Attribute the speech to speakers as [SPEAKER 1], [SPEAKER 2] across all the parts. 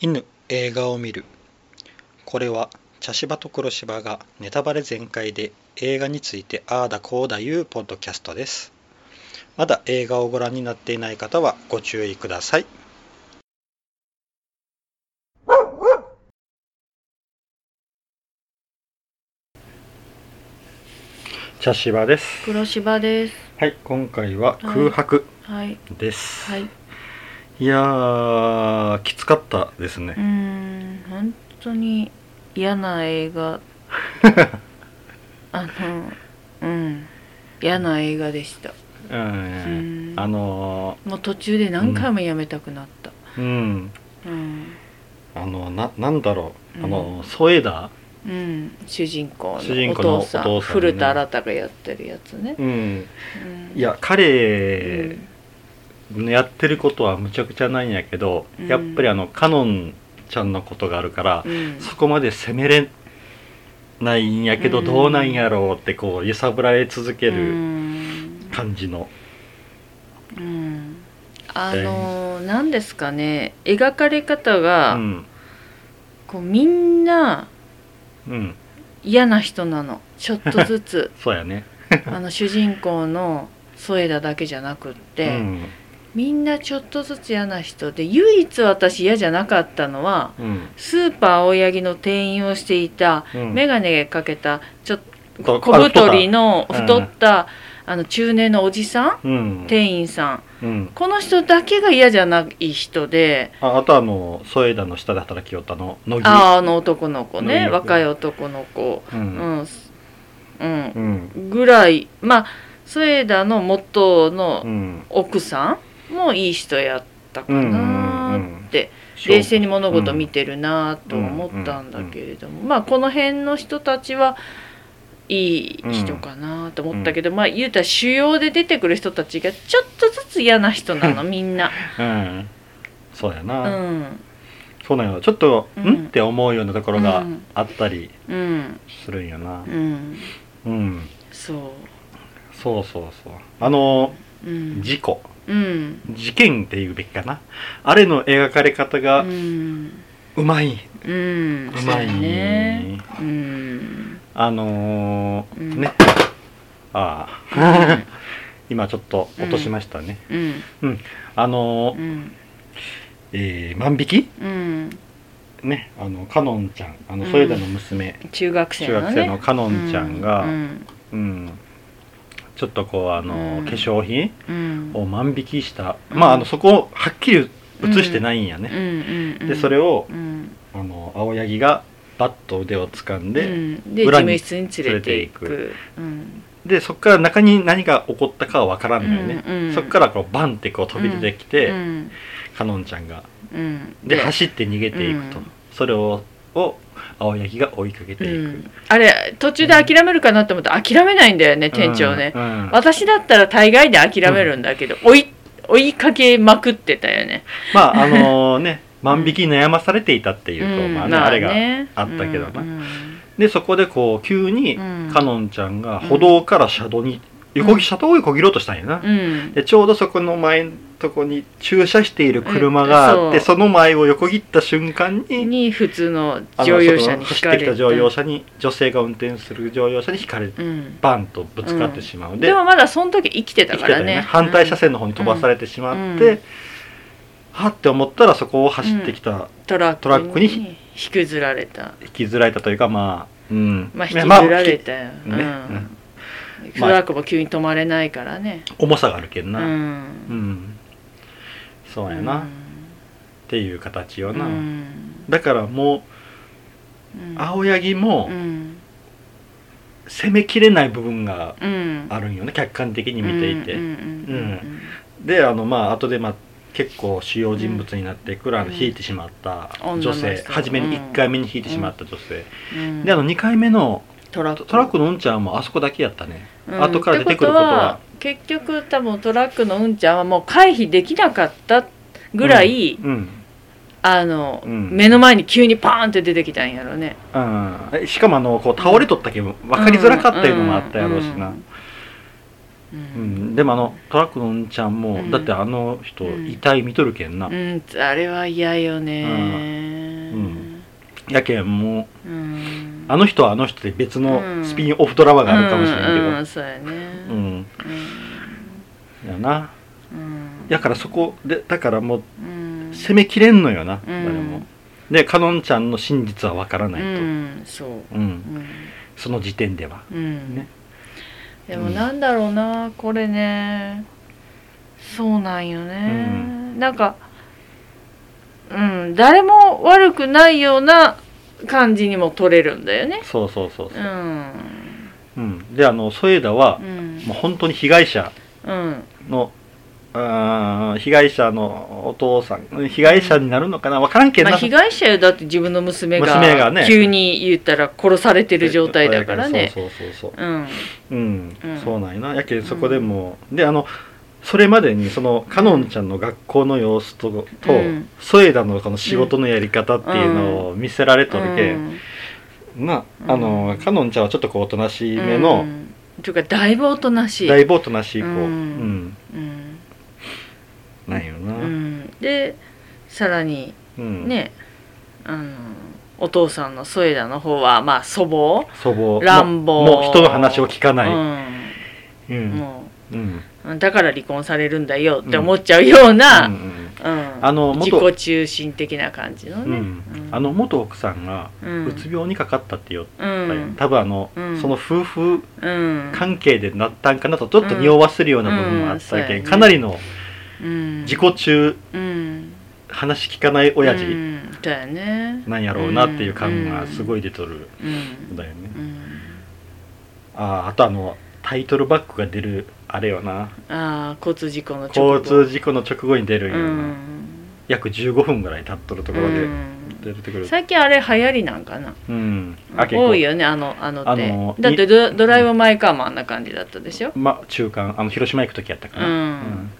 [SPEAKER 1] 犬映画を見るこれは茶芝と黒芝がネタバレ全開で映画についてああだこうだいうポッドキャストですまだ映画をご覧になっていない方はご注意ください茶芝です
[SPEAKER 2] 黒芝です。
[SPEAKER 1] はい今回は空白
[SPEAKER 2] はい。
[SPEAKER 1] です、
[SPEAKER 2] はい。う
[SPEAKER 1] い、やーきつかったですね
[SPEAKER 2] ーん、本当に嫌な映 画。あの、うん。嫌な映画でした。
[SPEAKER 1] う
[SPEAKER 2] うんん。
[SPEAKER 1] あの
[SPEAKER 2] もう途中で何回もやめたくなった。
[SPEAKER 1] ーうん
[SPEAKER 2] うん。
[SPEAKER 1] あのななんだろうあの、
[SPEAKER 2] うん
[SPEAKER 1] ソエダ
[SPEAKER 2] うん、主人公
[SPEAKER 1] 主人
[SPEAKER 2] のお
[SPEAKER 1] 公の
[SPEAKER 2] 父さん
[SPEAKER 1] お父さんね
[SPEAKER 2] 古田新太がやってるやつね、
[SPEAKER 1] うん
[SPEAKER 2] うん、
[SPEAKER 1] いや彼のやってることはむちゃくちゃないんやけど、
[SPEAKER 2] うん
[SPEAKER 1] やっぱりあのカノンちゃんのことがあるから、
[SPEAKER 2] うん、うん
[SPEAKER 1] そこまで責めれないんやけど、
[SPEAKER 2] うん
[SPEAKER 1] どうなんやろうってこう揺さぶられ続け
[SPEAKER 2] う
[SPEAKER 1] る
[SPEAKER 2] ん
[SPEAKER 1] 感じの、
[SPEAKER 2] うんあの何ですかね描かれ方が、
[SPEAKER 1] うん
[SPEAKER 2] こうみんな
[SPEAKER 1] うん、
[SPEAKER 2] 嫌な人なのちょっとず つ
[SPEAKER 1] そうやね、
[SPEAKER 2] あの主人公の添田だけじゃなくって、
[SPEAKER 1] うん
[SPEAKER 2] みんなちょっとずつ嫌な人で唯一私嫌じゃなかったのは
[SPEAKER 1] うん
[SPEAKER 2] スーパー青柳の店員をしていた
[SPEAKER 1] うん、
[SPEAKER 2] 眼鏡かけたちょっ
[SPEAKER 1] と
[SPEAKER 2] と小太りの
[SPEAKER 1] あ太った
[SPEAKER 2] 太ったあの中年のおじさ
[SPEAKER 1] う
[SPEAKER 2] ん
[SPEAKER 1] ん、
[SPEAKER 2] 店員さん
[SPEAKER 1] うん、
[SPEAKER 2] この人だけが嫌じゃない人で
[SPEAKER 1] ああとあのソエダの下で働きよったあの乃木
[SPEAKER 2] あーあの男の子
[SPEAKER 1] いい
[SPEAKER 2] ね
[SPEAKER 1] よ
[SPEAKER 2] 若い男の子
[SPEAKER 1] う、
[SPEAKER 2] うんん、うん、
[SPEAKER 1] うん
[SPEAKER 2] ぐらいまあ添田の元
[SPEAKER 1] う
[SPEAKER 2] の
[SPEAKER 1] ん、
[SPEAKER 2] 奥さんもいい人やったかなーって、
[SPEAKER 1] 勝負
[SPEAKER 2] 冷静に物事見てるなーと思ったんだけれども、まあこの辺の人たちはいい人かなーと思ったけど、まあ言うたら主要で出てくる人たちがちょっとずつ嫌な人なの みんな。
[SPEAKER 1] うん、そうや
[SPEAKER 2] う
[SPEAKER 1] な、
[SPEAKER 2] ん
[SPEAKER 1] そうなんよちょっと、、
[SPEAKER 2] うんん
[SPEAKER 1] って思うようなところがあったり
[SPEAKER 2] うん
[SPEAKER 1] するんよな
[SPEAKER 2] うん
[SPEAKER 1] うん、
[SPEAKER 2] そ
[SPEAKER 1] そうそうそうあの
[SPEAKER 2] う。うん
[SPEAKER 1] 事故
[SPEAKER 2] うん
[SPEAKER 1] 事件っていうべきかなあれの描かれ方
[SPEAKER 2] う
[SPEAKER 1] が
[SPEAKER 2] ん
[SPEAKER 1] うまい、
[SPEAKER 2] うん
[SPEAKER 1] う
[SPEAKER 2] そう
[SPEAKER 1] ま
[SPEAKER 2] だ
[SPEAKER 1] い
[SPEAKER 2] ねうん
[SPEAKER 1] あのー
[SPEAKER 2] うん
[SPEAKER 1] ねあ
[SPEAKER 2] う
[SPEAKER 1] あ
[SPEAKER 2] ん
[SPEAKER 1] 今ちょっと落としましたね、
[SPEAKER 2] うん
[SPEAKER 1] あの
[SPEAKER 2] う
[SPEAKER 1] ー
[SPEAKER 2] ん
[SPEAKER 1] えー万引
[SPEAKER 2] うん
[SPEAKER 1] きねあのカノンちゃんあの
[SPEAKER 2] うん
[SPEAKER 1] ソエダの娘、
[SPEAKER 2] 中学生
[SPEAKER 1] 中
[SPEAKER 2] の
[SPEAKER 1] 学
[SPEAKER 2] ね
[SPEAKER 1] 生のカノンちゃんが、
[SPEAKER 2] うん
[SPEAKER 1] うん、ちょっとこうあの、
[SPEAKER 2] うん
[SPEAKER 1] 化粧品
[SPEAKER 2] うん
[SPEAKER 1] を万引きした、
[SPEAKER 2] うん
[SPEAKER 1] まああのそこをはっきり映してないんや
[SPEAKER 2] うん
[SPEAKER 1] ね、
[SPEAKER 2] うんうん
[SPEAKER 1] でそれを
[SPEAKER 2] うん
[SPEAKER 1] あの青柳がバッと腕を掴ん
[SPEAKER 2] う
[SPEAKER 1] で、
[SPEAKER 2] んで事
[SPEAKER 1] 裏に
[SPEAKER 2] 務室に連れてい
[SPEAKER 1] 連れ
[SPEAKER 2] くうん
[SPEAKER 1] でそこから中に何が起こったかは分からんのよね、
[SPEAKER 2] うんうん
[SPEAKER 1] そこからこうバンってこう飛び出てきて、
[SPEAKER 2] うん
[SPEAKER 1] かのんちゃんが
[SPEAKER 2] うん
[SPEAKER 1] で走って逃げていくと、
[SPEAKER 2] うん
[SPEAKER 1] それをを青柳が追いかけて
[SPEAKER 2] う
[SPEAKER 1] いく、
[SPEAKER 2] んあれ途中で諦めるかなと思ったら諦めないんだよね店長ね
[SPEAKER 1] うんうん
[SPEAKER 2] 私だったら大概で諦めるんだけど追い追いかけまくってたよね
[SPEAKER 1] まああのね万引きに悩まされていたっていうう、こうんまあね
[SPEAKER 2] ま
[SPEAKER 1] あれが
[SPEAKER 2] ね
[SPEAKER 1] あったけどな
[SPEAKER 2] うん
[SPEAKER 1] でそこでこう急に
[SPEAKER 2] うん
[SPEAKER 1] かのんちゃんが歩道から車道に横切車道を横切ろうとしたんやな、
[SPEAKER 2] うん
[SPEAKER 1] でちょうどそこの前のとこに駐車している車があって
[SPEAKER 2] うんそ
[SPEAKER 1] その前を横切った瞬間に
[SPEAKER 2] に普通の
[SPEAKER 1] あの
[SPEAKER 2] 乗用車に
[SPEAKER 1] そ
[SPEAKER 2] ひ
[SPEAKER 1] の走
[SPEAKER 2] か
[SPEAKER 1] っ
[SPEAKER 2] れ
[SPEAKER 1] てきた乗用車に女性が運転する乗用車にひかれて
[SPEAKER 2] うん、
[SPEAKER 1] バンとぶつかってしまう、で
[SPEAKER 2] でもまだその時生きて
[SPEAKER 1] 生
[SPEAKER 2] た
[SPEAKER 1] き
[SPEAKER 2] か
[SPEAKER 1] てた
[SPEAKER 2] ら
[SPEAKER 1] よ
[SPEAKER 2] ね
[SPEAKER 1] ね反対車線の方に飛ばされてしまって、
[SPEAKER 2] うんうん
[SPEAKER 1] はって思ったらそこを走ってきた、
[SPEAKER 2] うんトラック
[SPEAKER 1] トラックに
[SPEAKER 2] に引きずられた
[SPEAKER 1] 引きずられたというかまあうん
[SPEAKER 2] まあ引き
[SPEAKER 1] ね
[SPEAKER 2] ず
[SPEAKER 1] まあ
[SPEAKER 2] られたよ、
[SPEAKER 1] ねうん
[SPEAKER 2] うん、
[SPEAKER 1] まあ
[SPEAKER 2] トラックも急に止まれないからね、
[SPEAKER 1] 重さがあるけんな、
[SPEAKER 2] うん
[SPEAKER 1] うんそうやな、
[SPEAKER 2] う
[SPEAKER 1] っ
[SPEAKER 2] ん
[SPEAKER 1] ていう形よ
[SPEAKER 2] う
[SPEAKER 1] な、
[SPEAKER 2] ん
[SPEAKER 1] だからも
[SPEAKER 2] う
[SPEAKER 1] うん青柳も
[SPEAKER 2] うん
[SPEAKER 1] 攻めきれない部分が
[SPEAKER 2] うん
[SPEAKER 1] あるんよね客観的に見ていて、
[SPEAKER 2] うんうん
[SPEAKER 1] であのまあ後でまあ結構主要人物になっていくらの引いてしまった
[SPEAKER 2] うん
[SPEAKER 1] 女性、
[SPEAKER 2] 女の人
[SPEAKER 1] 初め
[SPEAKER 2] うん
[SPEAKER 1] に1回目に引いてしまった女性、
[SPEAKER 2] うんうん
[SPEAKER 1] であの2回目の
[SPEAKER 2] トラッ
[SPEAKER 1] トラックのうんちゃんもあそこだけやったね後から出てくることは
[SPEAKER 2] ってことは結局多分トラックのうんちゃんはもう回避できなかったぐらい、
[SPEAKER 1] うん、
[SPEAKER 2] あの、
[SPEAKER 1] うん
[SPEAKER 2] 目の前に急にパーンって出てきたんやろね
[SPEAKER 1] うんえしかもあのこう倒れとったけど分かりづらかったいうのもあったやろうしな、
[SPEAKER 2] う
[SPEAKER 1] うん
[SPEAKER 2] ん
[SPEAKER 1] でもあのトラックのうんちゃんも、
[SPEAKER 2] うん
[SPEAKER 1] だってあの人
[SPEAKER 2] うん
[SPEAKER 1] 遺体見とるけんな、
[SPEAKER 2] うん、うんあれは嫌よね、
[SPEAKER 1] う
[SPEAKER 2] うん
[SPEAKER 1] やけんもう
[SPEAKER 2] うん
[SPEAKER 1] あ
[SPEAKER 2] の
[SPEAKER 1] の人はあの人で別
[SPEAKER 2] う
[SPEAKER 1] の
[SPEAKER 2] ん
[SPEAKER 1] スピンオフドラマがあるかもしれ
[SPEAKER 2] うんう、
[SPEAKER 1] なん
[SPEAKER 2] そうやね
[SPEAKER 1] いけどうんやな
[SPEAKER 2] うん
[SPEAKER 1] やからそこでだからもう
[SPEAKER 2] うん
[SPEAKER 1] 攻めきれんのよな
[SPEAKER 2] うん
[SPEAKER 1] 誰もでかのんちゃんの真実はわからないと
[SPEAKER 2] うんそう
[SPEAKER 1] うん
[SPEAKER 2] うん
[SPEAKER 1] その時点では
[SPEAKER 2] うん
[SPEAKER 1] ね
[SPEAKER 2] でもなんだろうなこれねそうなんよね、なんかうん誰も悪くないような感じにも取れるんだよね
[SPEAKER 1] そうそうそう
[SPEAKER 2] う
[SPEAKER 1] そうんうんであのソエダは
[SPEAKER 2] うん
[SPEAKER 1] もう本当に被害者
[SPEAKER 2] うん
[SPEAKER 1] のあー被害者のお父さん被害者になるのかなわからんけん
[SPEAKER 2] まあ、
[SPEAKER 1] な
[SPEAKER 2] 被害者よだって自分の娘が
[SPEAKER 1] 娘がね
[SPEAKER 2] 急に言ったら殺されてる状態だからね
[SPEAKER 1] そうそうそうそう
[SPEAKER 2] うん
[SPEAKER 1] うん、
[SPEAKER 2] うん
[SPEAKER 1] そうなんやなやけんそこでもう、であのそれまでにそのかのんちゃんの学校の様子と、と
[SPEAKER 2] うん
[SPEAKER 1] ソエダのこの仕事のやり方っていうのを見せられとるけ、んなあの
[SPEAKER 2] うん
[SPEAKER 1] かのんちゃんはちょっとこうおとなし
[SPEAKER 2] うん
[SPEAKER 1] めの、
[SPEAKER 2] うんというかだいぶおとなしい
[SPEAKER 1] だいぶおとなしい子、う
[SPEAKER 2] うんんうん
[SPEAKER 1] なんよな、
[SPEAKER 2] う
[SPEAKER 1] うん
[SPEAKER 2] ん、でさらにね、あのお父さんの添田の方はまあ粗暴、
[SPEAKER 1] 祖母
[SPEAKER 2] 乱暴
[SPEAKER 1] もうもう人の話を聞かない、う
[SPEAKER 2] うん
[SPEAKER 1] ん
[SPEAKER 2] も
[SPEAKER 1] うん
[SPEAKER 2] うだから離婚されるんだよって思っちゃうような、
[SPEAKER 1] う
[SPEAKER 2] うんん
[SPEAKER 1] あの
[SPEAKER 2] 自
[SPEAKER 1] 元
[SPEAKER 2] 己中心的な感じの
[SPEAKER 1] うん
[SPEAKER 2] ね、
[SPEAKER 1] あの元奥さんが
[SPEAKER 2] うん
[SPEAKER 1] うつ病にかかったって言った
[SPEAKER 2] う
[SPEAKER 1] よ、
[SPEAKER 2] ん
[SPEAKER 1] 多分あの、
[SPEAKER 2] うん
[SPEAKER 1] その夫婦
[SPEAKER 2] うん
[SPEAKER 1] 関係でなったんかなとちょっと匂わせるような部分もあった
[SPEAKER 2] うんうんそう
[SPEAKER 1] け、
[SPEAKER 2] や
[SPEAKER 1] ん、
[SPEAKER 2] ね
[SPEAKER 1] かなりの
[SPEAKER 2] うん
[SPEAKER 1] 自己中
[SPEAKER 2] うん
[SPEAKER 1] 話聞かない親
[SPEAKER 2] う
[SPEAKER 1] 父
[SPEAKER 2] んだよね
[SPEAKER 1] なんやろうなっていう感がすごい出とる
[SPEAKER 2] うん
[SPEAKER 1] ん
[SPEAKER 2] う
[SPEAKER 1] だよね、
[SPEAKER 2] ん
[SPEAKER 1] あーあとあのタイトルバックが出るあれよな
[SPEAKER 2] ああ交通事故の
[SPEAKER 1] 交
[SPEAKER 2] 事
[SPEAKER 1] 通事故の直後に出るよ
[SPEAKER 2] う
[SPEAKER 1] うな、
[SPEAKER 2] ん
[SPEAKER 1] 約15分ぐらい経っとるところ
[SPEAKER 2] う
[SPEAKER 1] で
[SPEAKER 2] ん
[SPEAKER 1] 出てくる
[SPEAKER 2] 最近あれ流行りなんかな
[SPEAKER 1] うん、あ結構
[SPEAKER 2] 多いよねあのあの手
[SPEAKER 1] あの
[SPEAKER 2] だって
[SPEAKER 1] い
[SPEAKER 2] ドドライブ・マイ・カーもあんな感じだったでしょ
[SPEAKER 1] まあ中間あの広島行く時やったかな、
[SPEAKER 2] うん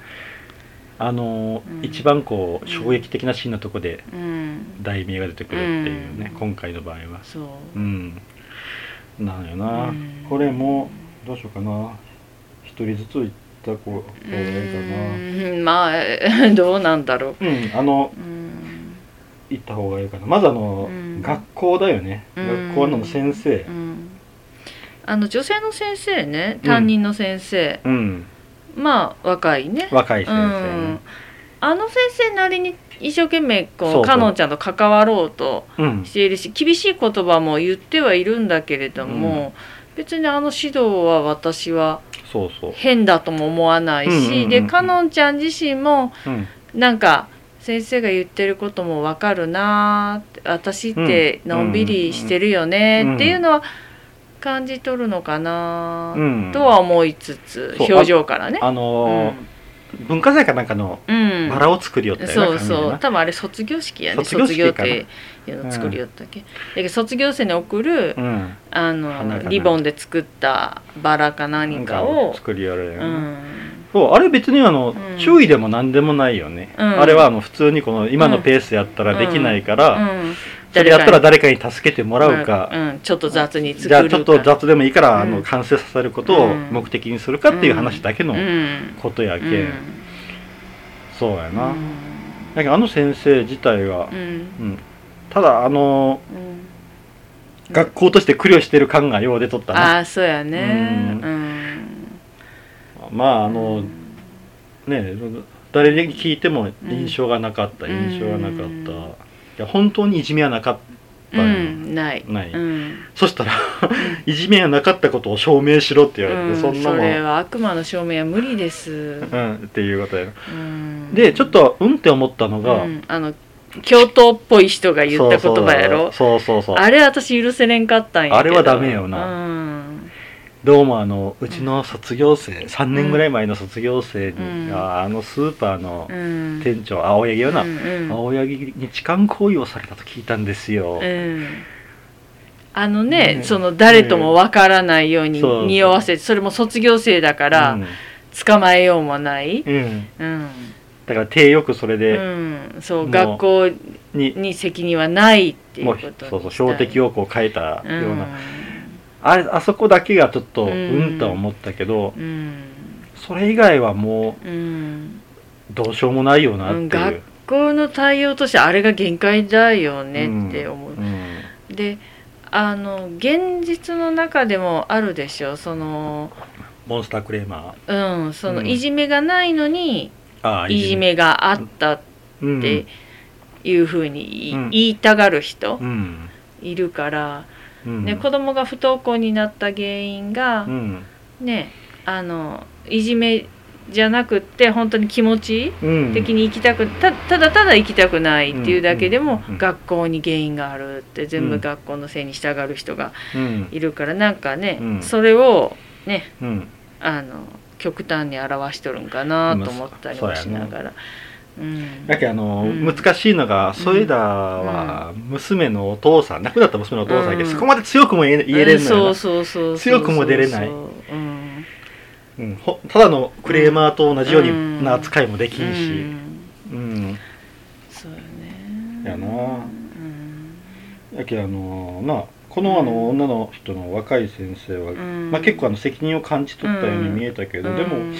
[SPEAKER 1] あのー
[SPEAKER 2] うん
[SPEAKER 1] 一番こう衝撃的なシーンのとこで
[SPEAKER 2] うん
[SPEAKER 1] 題名が出てくるっていうね、
[SPEAKER 2] うん
[SPEAKER 1] 今回の場合は
[SPEAKER 2] そう
[SPEAKER 1] うんなんよな、
[SPEAKER 2] うん
[SPEAKER 1] これもどうしようかな一人ずつ行った方がい
[SPEAKER 2] う
[SPEAKER 1] いかな
[SPEAKER 2] ーんまあ どうなんだろう
[SPEAKER 1] うんあの
[SPEAKER 2] うん
[SPEAKER 1] 行った方がいいかなまずあの、
[SPEAKER 2] うん
[SPEAKER 1] 学校だよね、
[SPEAKER 2] うん
[SPEAKER 1] 学校の先生
[SPEAKER 2] うんあの女性の先生ね
[SPEAKER 1] うん
[SPEAKER 2] 担任の先生、
[SPEAKER 1] うん、
[SPEAKER 2] まあ若いね
[SPEAKER 1] 若い先
[SPEAKER 2] う
[SPEAKER 1] 生
[SPEAKER 2] んあの先生なりに一生懸命こう
[SPEAKER 1] そうそう
[SPEAKER 2] かのんちゃんと関わろうと
[SPEAKER 1] うん、
[SPEAKER 2] しているし厳しい言葉も言ってはいるんだけれども、別にあの指導は私は
[SPEAKER 1] そうそう、
[SPEAKER 2] 変だとも思わないし、
[SPEAKER 1] うんうんうん
[SPEAKER 2] でかのんちゃん自身も
[SPEAKER 1] うん、
[SPEAKER 2] なんか先生が言ってることもわかるなーって私ってのんびりしてるよ
[SPEAKER 1] うん
[SPEAKER 2] ねっていうのは感じ取るのかなー
[SPEAKER 1] うん
[SPEAKER 2] とは思いつつ、
[SPEAKER 1] そう
[SPEAKER 2] 表情からね。
[SPEAKER 1] あ
[SPEAKER 2] う
[SPEAKER 1] のー
[SPEAKER 2] ん
[SPEAKER 1] 文化財かなんかの
[SPEAKER 2] うん
[SPEAKER 1] バラを作りよったよな、
[SPEAKER 2] そう
[SPEAKER 1] 紙で
[SPEAKER 2] そ
[SPEAKER 1] な
[SPEAKER 2] う多分あれ卒業式やね
[SPEAKER 1] 卒業
[SPEAKER 2] 卒
[SPEAKER 1] 式
[SPEAKER 2] 業
[SPEAKER 1] かな
[SPEAKER 2] っていうのを作りよったっけ、だけど卒業生に送る、
[SPEAKER 1] うん、
[SPEAKER 2] あ
[SPEAKER 1] 花かな
[SPEAKER 2] のリボンで作ったバラか何か
[SPEAKER 1] なん
[SPEAKER 2] を
[SPEAKER 1] 作りやるや、
[SPEAKER 2] うんん
[SPEAKER 1] そうあれ別にあの、
[SPEAKER 2] うん
[SPEAKER 1] 注意でも何でもないよね、
[SPEAKER 2] うん
[SPEAKER 1] あれはあの普通にこの今のペースやったらできないから、
[SPEAKER 2] うん
[SPEAKER 1] それやったら誰かに助けてもらうか、
[SPEAKER 2] うん、ちょっと雑に作る
[SPEAKER 1] じゃあちょっと
[SPEAKER 2] か
[SPEAKER 1] 雑でもいいから、
[SPEAKER 2] うん
[SPEAKER 1] あの完成させることを
[SPEAKER 2] うん
[SPEAKER 1] 目的にするかっていう話だけの
[SPEAKER 2] うん
[SPEAKER 1] ことやけ、んそうや
[SPEAKER 2] うん
[SPEAKER 1] な、だけどあの先生自体が
[SPEAKER 2] う、ん
[SPEAKER 1] うんただあの
[SPEAKER 2] うん
[SPEAKER 1] 学校として苦慮してる感がよう出とった
[SPEAKER 2] あ
[SPEAKER 1] な
[SPEAKER 2] あそうやね
[SPEAKER 1] うん
[SPEAKER 2] うん
[SPEAKER 1] まああの、ね誰に聞いても印象がなかった、
[SPEAKER 2] うん
[SPEAKER 1] 印象がなかった、
[SPEAKER 2] うん
[SPEAKER 1] いや本当にいじめはなかったよ、
[SPEAKER 2] うんない
[SPEAKER 1] ない
[SPEAKER 2] うん
[SPEAKER 1] そしたら いじめはなかったことを証明しろって言われて、
[SPEAKER 2] う
[SPEAKER 1] そ
[SPEAKER 2] ん
[SPEAKER 1] んなもん、
[SPEAKER 2] れは悪魔の証明は無理です、
[SPEAKER 1] うん、っていうことや
[SPEAKER 2] うん
[SPEAKER 1] でちょっとうんって思ったのが、
[SPEAKER 2] うんあの教頭っぽい人が言った言葉やろ
[SPEAKER 1] そうそうそうそうそうそう
[SPEAKER 2] あれ私許せれんかったんやけど
[SPEAKER 1] あれはダメよな
[SPEAKER 2] うん
[SPEAKER 1] どうもあのうちの卒業生3年ぐらい前の卒業生に
[SPEAKER 2] うん
[SPEAKER 1] があのスーパーの
[SPEAKER 2] うん
[SPEAKER 1] 店長青柳よな、
[SPEAKER 2] うんうん
[SPEAKER 1] 青柳に痴漢行為をされたと聞いたんですよ、
[SPEAKER 2] うんあのね、
[SPEAKER 1] ね
[SPEAKER 2] その誰ともわからないように
[SPEAKER 1] そう
[SPEAKER 2] 匂わせてそれも卒業生だか
[SPEAKER 1] う
[SPEAKER 2] ら
[SPEAKER 1] ん
[SPEAKER 2] 捕まえようもない、
[SPEAKER 1] うん、
[SPEAKER 2] うん
[SPEAKER 1] だから手よくそれ
[SPEAKER 2] う
[SPEAKER 1] で、
[SPEAKER 2] ん、
[SPEAKER 1] も
[SPEAKER 2] そ
[SPEAKER 1] う
[SPEAKER 2] う学校
[SPEAKER 1] に
[SPEAKER 2] に責任はないっていう
[SPEAKER 1] もう
[SPEAKER 2] ことにしたい
[SPEAKER 1] そうそう標的をこう変えた
[SPEAKER 2] うん
[SPEAKER 1] ような、あれあそこだけがちょっとう
[SPEAKER 2] うん
[SPEAKER 1] んとは思ったけど、
[SPEAKER 2] うん
[SPEAKER 1] それ以外はも
[SPEAKER 2] うん
[SPEAKER 1] うどうしようもないよなって
[SPEAKER 2] う
[SPEAKER 1] い
[SPEAKER 2] ん
[SPEAKER 1] う、
[SPEAKER 2] 校の対応としてあれが限界だよねって思う。
[SPEAKER 1] うん
[SPEAKER 2] であの現実の中でもあるでしょその
[SPEAKER 1] モンスタークレーマ
[SPEAKER 2] うんその
[SPEAKER 1] うん
[SPEAKER 2] いじめがないのに
[SPEAKER 1] ーああ
[SPEAKER 2] いじめがあったっ
[SPEAKER 1] って
[SPEAKER 2] いうふうにい
[SPEAKER 1] うん
[SPEAKER 2] 言いたがる人
[SPEAKER 1] うん
[SPEAKER 2] いるから、
[SPEAKER 1] うん
[SPEAKER 2] ね、子供が不登校になった原因が
[SPEAKER 1] う、ん
[SPEAKER 2] ねあのいじめじゃなくって本当に気持ち
[SPEAKER 1] うん
[SPEAKER 2] 的に行きたくたただただ行きたくないっていうだけでも、
[SPEAKER 1] うんうん
[SPEAKER 2] 学校に原因があるって全
[SPEAKER 1] う
[SPEAKER 2] 部
[SPEAKER 1] ん
[SPEAKER 2] 学校のせいに従う人が
[SPEAKER 1] うん
[SPEAKER 2] いるからなんかね、
[SPEAKER 1] うん
[SPEAKER 2] それをね
[SPEAKER 1] うん
[SPEAKER 2] あの極端に表しとるんかなと思ったりもしながら。うん
[SPEAKER 1] だけどあの、
[SPEAKER 2] うん
[SPEAKER 1] 難しいのが添田は娘のお父さん亡くなった娘のお父さんやけど、
[SPEAKER 2] うん
[SPEAKER 1] そこまで強くも言え言えれんのよな
[SPEAKER 2] うそうそうそう
[SPEAKER 1] 強くも出れない
[SPEAKER 2] うん
[SPEAKER 1] うんほただのクレーマーと同じように、
[SPEAKER 2] うん
[SPEAKER 1] な扱いもできん
[SPEAKER 2] う
[SPEAKER 1] し、
[SPEAKER 2] ん
[SPEAKER 1] うん
[SPEAKER 2] そうよね
[SPEAKER 1] やな
[SPEAKER 2] うん
[SPEAKER 1] だけどあのなこのあの女の人の若い先生は、
[SPEAKER 2] うん
[SPEAKER 1] まあ、結構あの責任を感じ取ったように見えたけど、で
[SPEAKER 2] う
[SPEAKER 1] も、
[SPEAKER 2] ん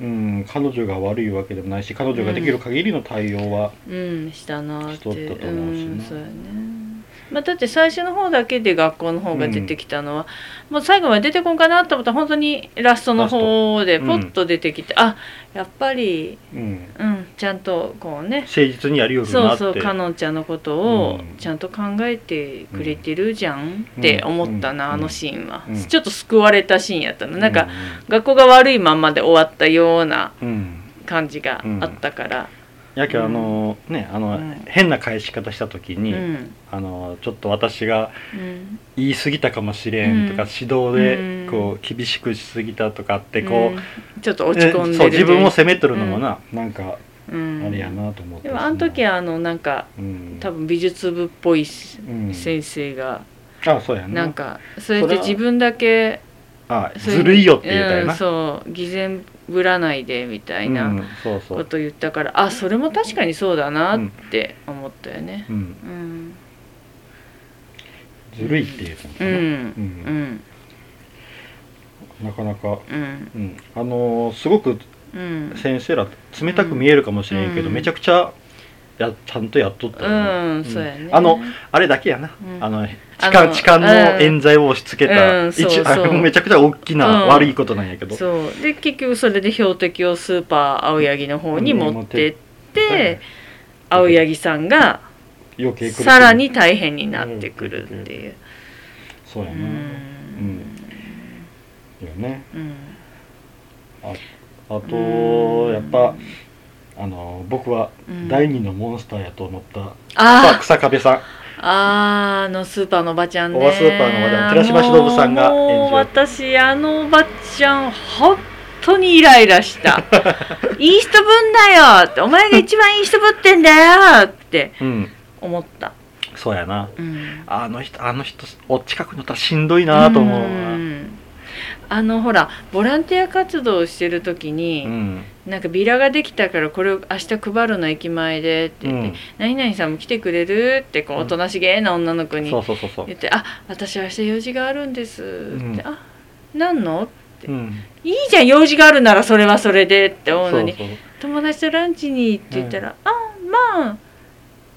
[SPEAKER 1] うん、彼女が悪いわけでもないし彼女ができる限りの対応は、
[SPEAKER 2] うんしたなーっ
[SPEAKER 1] してとったと思うしね
[SPEAKER 2] ん、そうやねまあ、だって最初の方だけで学校の方が出てきたのは、もう最後まで出てこんかなと思ったら本当にラストの方で
[SPEAKER 1] ラス
[SPEAKER 2] ポ
[SPEAKER 1] トうん
[SPEAKER 2] ッと出てきて、あやっぱり、
[SPEAKER 1] うん、
[SPEAKER 2] うん、ちゃんとこうね
[SPEAKER 1] 誠実にやりよる
[SPEAKER 2] そ
[SPEAKER 1] な
[SPEAKER 2] う
[SPEAKER 1] って
[SPEAKER 2] そうかのんちゃんのことを
[SPEAKER 1] うん
[SPEAKER 2] ちゃんと考えてくれてるじゃんって思ったな、
[SPEAKER 1] うん
[SPEAKER 2] あのシーンは、
[SPEAKER 1] うん
[SPEAKER 2] ちょっと救われたシーンやったのなんか、学校が悪いまんまで終わったような
[SPEAKER 1] うん、うん
[SPEAKER 2] 感じがあったから、
[SPEAKER 1] やけどあの、ねあの、
[SPEAKER 2] うん
[SPEAKER 1] 変な返し方した時
[SPEAKER 2] うん
[SPEAKER 1] に、あのちょっと私が
[SPEAKER 2] うん
[SPEAKER 1] 言い過ぎたかもしれんとか、
[SPEAKER 2] うん
[SPEAKER 1] 指導で
[SPEAKER 2] うん
[SPEAKER 1] こう厳しくしすぎたとかってこう,、
[SPEAKER 2] うんちょっと落ち込んでる
[SPEAKER 1] そう自分を責めとるのもな、なんか
[SPEAKER 2] うん
[SPEAKER 1] あれやなと思って
[SPEAKER 2] でもあの時
[SPEAKER 1] は、
[SPEAKER 2] はあのなんか
[SPEAKER 1] うん、
[SPEAKER 2] 多分美術部っぽいし
[SPEAKER 1] うん
[SPEAKER 2] 先生が
[SPEAKER 1] あそうやな
[SPEAKER 2] なんかそれ
[SPEAKER 1] それ
[SPEAKER 2] で
[SPEAKER 1] は
[SPEAKER 2] 自分だけ
[SPEAKER 1] あ
[SPEAKER 2] それ
[SPEAKER 1] ずるいよって言うたよ
[SPEAKER 2] うん
[SPEAKER 1] な、
[SPEAKER 2] そう偽善ぶらないでみたい
[SPEAKER 1] うん
[SPEAKER 2] な
[SPEAKER 1] そうそ
[SPEAKER 2] こ
[SPEAKER 1] う、
[SPEAKER 2] と言ったからあそれも確かにそうだなって思ったよね
[SPEAKER 1] うん、
[SPEAKER 2] うん
[SPEAKER 1] ずるいって言うたのかな、
[SPEAKER 2] うん
[SPEAKER 1] ん
[SPEAKER 2] うん
[SPEAKER 1] なかなか、
[SPEAKER 2] うん
[SPEAKER 1] うん、あのーすごく
[SPEAKER 2] うん
[SPEAKER 1] 先生ら冷たく見えるかもしれんけど、
[SPEAKER 2] うん
[SPEAKER 1] めちゃくちゃやちゃんとやっとったよな、
[SPEAKER 2] うんそうやね
[SPEAKER 1] あのあれだけやな、
[SPEAKER 2] うん
[SPEAKER 1] あの痴
[SPEAKER 2] あ
[SPEAKER 1] 漢
[SPEAKER 2] の
[SPEAKER 1] 痴漢の
[SPEAKER 2] うん
[SPEAKER 1] 冤罪を押し付けた、
[SPEAKER 2] うんそう
[SPEAKER 1] 一あれ
[SPEAKER 2] そう
[SPEAKER 1] めちゃくちゃ大きな、
[SPEAKER 2] うん
[SPEAKER 1] 悪いことなんやけど
[SPEAKER 2] そうで結局それで標的をスーパー青柳の方に持ってって、青柳さんが
[SPEAKER 1] 余計苦しい
[SPEAKER 2] さらに大変になってくるっていう。
[SPEAKER 1] そうや
[SPEAKER 2] う
[SPEAKER 1] な、
[SPEAKER 2] ん
[SPEAKER 1] よね
[SPEAKER 2] うん
[SPEAKER 1] あ
[SPEAKER 2] う
[SPEAKER 1] と
[SPEAKER 2] ん
[SPEAKER 1] やっぱあの僕は
[SPEAKER 2] うん
[SPEAKER 1] 第二のモンスターやと思った、草
[SPEAKER 2] あー
[SPEAKER 1] 草壁さん
[SPEAKER 2] あーあのスーパーのおばちゃんね
[SPEAKER 1] おばスーパーのおばちゃん寺島しのぶさんが演じる
[SPEAKER 2] もう私あのおばちゃん本当にイライラした いい人ぶんだよってお前が一番いい人ぶってんだよって
[SPEAKER 1] うん
[SPEAKER 2] 思った、
[SPEAKER 1] そうやな
[SPEAKER 2] うん、
[SPEAKER 1] あの人あの人お近くにおったらしんどいなと思うわ
[SPEAKER 2] んあのほらボランティア活動をしてる時に、
[SPEAKER 1] うん
[SPEAKER 2] なんかビラができたからこれを明日配るの駅前でって言って、何々さんも来てくれるってこう
[SPEAKER 1] うん
[SPEAKER 2] おとなしげな女の子
[SPEAKER 1] うん
[SPEAKER 2] に
[SPEAKER 1] そうそうそうそう
[SPEAKER 2] 言って「あ私明日用事があるんです」って「
[SPEAKER 1] うん
[SPEAKER 2] あ何の?」
[SPEAKER 1] うん
[SPEAKER 2] 「いいじゃん用事があるならそれはそれで」って思うのに
[SPEAKER 1] そうそう
[SPEAKER 2] 「友達とランチに」って言ったら「あまあ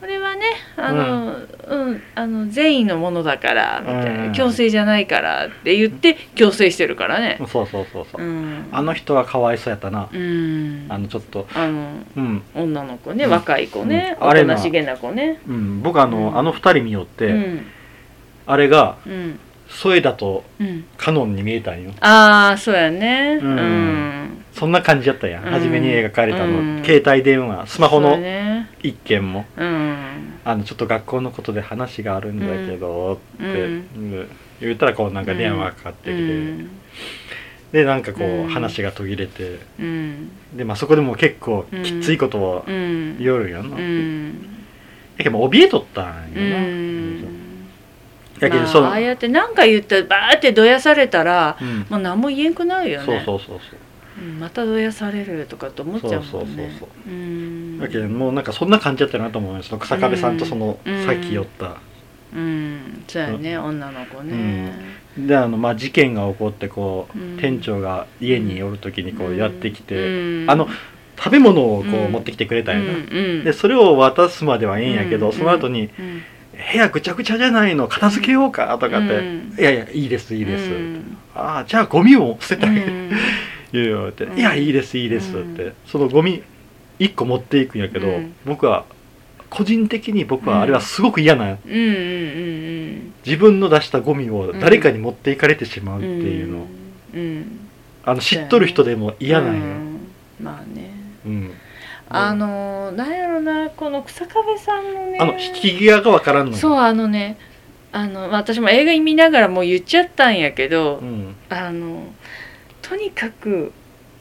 [SPEAKER 2] これはねあの、うんあの善意のものだから」みたいな、
[SPEAKER 1] うん
[SPEAKER 2] 強制じゃないから」って言って強制してるからね。、
[SPEAKER 1] そうそうそうそううんあの人はかわいそうやったな、
[SPEAKER 2] うん
[SPEAKER 1] あのちょっと
[SPEAKER 2] あの
[SPEAKER 1] うん
[SPEAKER 2] 女の子ね、
[SPEAKER 1] うん
[SPEAKER 2] 若い子ね、
[SPEAKER 1] うん
[SPEAKER 2] おとなしげな子ね
[SPEAKER 1] うん、僕あの、
[SPEAKER 2] うん
[SPEAKER 1] あの二人見よって、
[SPEAKER 2] うん
[SPEAKER 1] あれが
[SPEAKER 2] うん
[SPEAKER 1] 添田と
[SPEAKER 2] うん
[SPEAKER 1] カノンに見えたんよ
[SPEAKER 2] ああそうやね
[SPEAKER 1] う
[SPEAKER 2] うんん、
[SPEAKER 1] そんな感じやったやん、
[SPEAKER 2] うん
[SPEAKER 1] 初めに映画借りたの、
[SPEAKER 2] うん
[SPEAKER 1] 携帯電話スマホ
[SPEAKER 2] そう
[SPEAKER 1] の
[SPEAKER 2] ね
[SPEAKER 1] 一件も、
[SPEAKER 2] うん
[SPEAKER 1] あのちょっと学校のことで話があるんだけど、
[SPEAKER 2] うん
[SPEAKER 1] って、
[SPEAKER 2] う
[SPEAKER 1] うん言ったらこうなんか電話がかかってきて、でなんかこう、
[SPEAKER 2] うん
[SPEAKER 1] 話が途切れて
[SPEAKER 2] うん
[SPEAKER 1] で、まあ、そこでも結構
[SPEAKER 2] うん
[SPEAKER 1] きついことを
[SPEAKER 2] うん
[SPEAKER 1] 言おるんやな、
[SPEAKER 2] う
[SPEAKER 1] や
[SPEAKER 2] ん
[SPEAKER 1] けどもう怯えとったん
[SPEAKER 2] う
[SPEAKER 1] よな、うん
[SPEAKER 2] ん
[SPEAKER 1] やけどそ
[SPEAKER 2] ま
[SPEAKER 1] の、
[SPEAKER 2] あ、ああやって何か言ったらバーってどやされたら
[SPEAKER 1] うん
[SPEAKER 2] もう何も言えんくなるよね
[SPEAKER 1] そうそうそうそう
[SPEAKER 2] うんまたどやされるとかと思っちゃうもんね
[SPEAKER 1] そうそうそう
[SPEAKER 2] うん
[SPEAKER 1] だけどもうなんかそんな感じだったなと思うよその草壁さんとその
[SPEAKER 2] うん
[SPEAKER 1] さっき寄った、
[SPEAKER 2] うんそうやね女の子ね
[SPEAKER 1] であのまあ事件が起こってこう、
[SPEAKER 2] うん
[SPEAKER 1] 店長が家におる時にこ
[SPEAKER 2] う
[SPEAKER 1] うんやってきて、
[SPEAKER 2] うん
[SPEAKER 1] あの食べ物をこ
[SPEAKER 2] う
[SPEAKER 1] うん持ってきてくれたんやな、
[SPEAKER 2] うんうん
[SPEAKER 1] でそれを渡すまではええんやけど、
[SPEAKER 2] うん
[SPEAKER 1] その後に
[SPEAKER 2] うん
[SPEAKER 1] 「部屋ぐちゃぐちゃじゃないの片付けようか」とかって「
[SPEAKER 2] うん
[SPEAKER 1] いやいやいいですいいです」
[SPEAKER 2] うん
[SPEAKER 1] ああじゃあゴミを捨てた
[SPEAKER 2] う
[SPEAKER 1] らいい」
[SPEAKER 2] ん
[SPEAKER 1] 言うよって「
[SPEAKER 2] うん
[SPEAKER 1] いやいいですいいです」って、
[SPEAKER 2] うん
[SPEAKER 1] そのゴミ1個持っていくんやけど、
[SPEAKER 2] うん
[SPEAKER 1] 僕は個人的に僕
[SPEAKER 2] うん
[SPEAKER 1] はあれはすごく嫌な
[SPEAKER 2] うんうん
[SPEAKER 1] 自分の出したゴミを誰かに持っていかれてしまうっていうの、
[SPEAKER 2] うんうん
[SPEAKER 1] あの知っとる人でも嫌なんよ、
[SPEAKER 2] うんまあね
[SPEAKER 1] うん
[SPEAKER 2] あのーなんやろなこの草壁さんのね
[SPEAKER 1] あの引き際がわからんのよ
[SPEAKER 2] そうあのねあのまあ私も映画見ながらもう言っちゃったんやけど、
[SPEAKER 1] うん
[SPEAKER 2] あのとにかく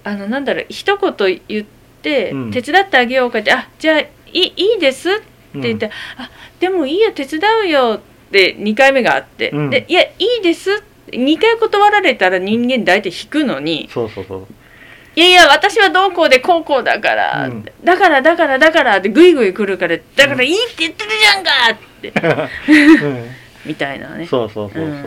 [SPEAKER 2] あのなんだろう一言言って、
[SPEAKER 1] うん
[SPEAKER 2] 手伝ってあげようかって「あじゃあいいいです」って言って「あでもいいよ手伝うよ」って2回目があって「
[SPEAKER 1] うん
[SPEAKER 2] でいやいいです」2回断られたら人間大体引くのに
[SPEAKER 1] そうそうそう
[SPEAKER 2] 「いやいや私はどうこうでこうこうだから」
[SPEAKER 1] うん
[SPEAKER 2] だからだからだから」ってグイグイ来るから「だからいいって言ってるじゃんか!」って
[SPEAKER 1] う
[SPEAKER 2] みたいな ね。
[SPEAKER 1] んそうそうそうそう、
[SPEAKER 2] うん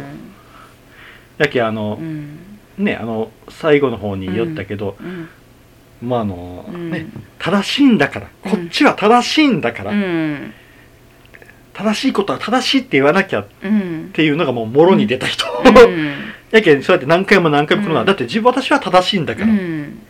[SPEAKER 1] やけあの
[SPEAKER 2] う、ん
[SPEAKER 1] ねあの最後の方に言ったけど、
[SPEAKER 2] うん
[SPEAKER 1] まああの、
[SPEAKER 2] うん
[SPEAKER 1] ね正しいんだから
[SPEAKER 2] うん
[SPEAKER 1] こっちは正しいんだから、
[SPEAKER 2] うん
[SPEAKER 1] 正しいことは正しいって言わなきゃっ
[SPEAKER 2] うん
[SPEAKER 1] ていうのがもうもろに出た人、
[SPEAKER 2] うん
[SPEAKER 1] やけんそうやって何回も何回も来るのは、
[SPEAKER 2] うん
[SPEAKER 1] だって自分私は正しいんだから、
[SPEAKER 2] うん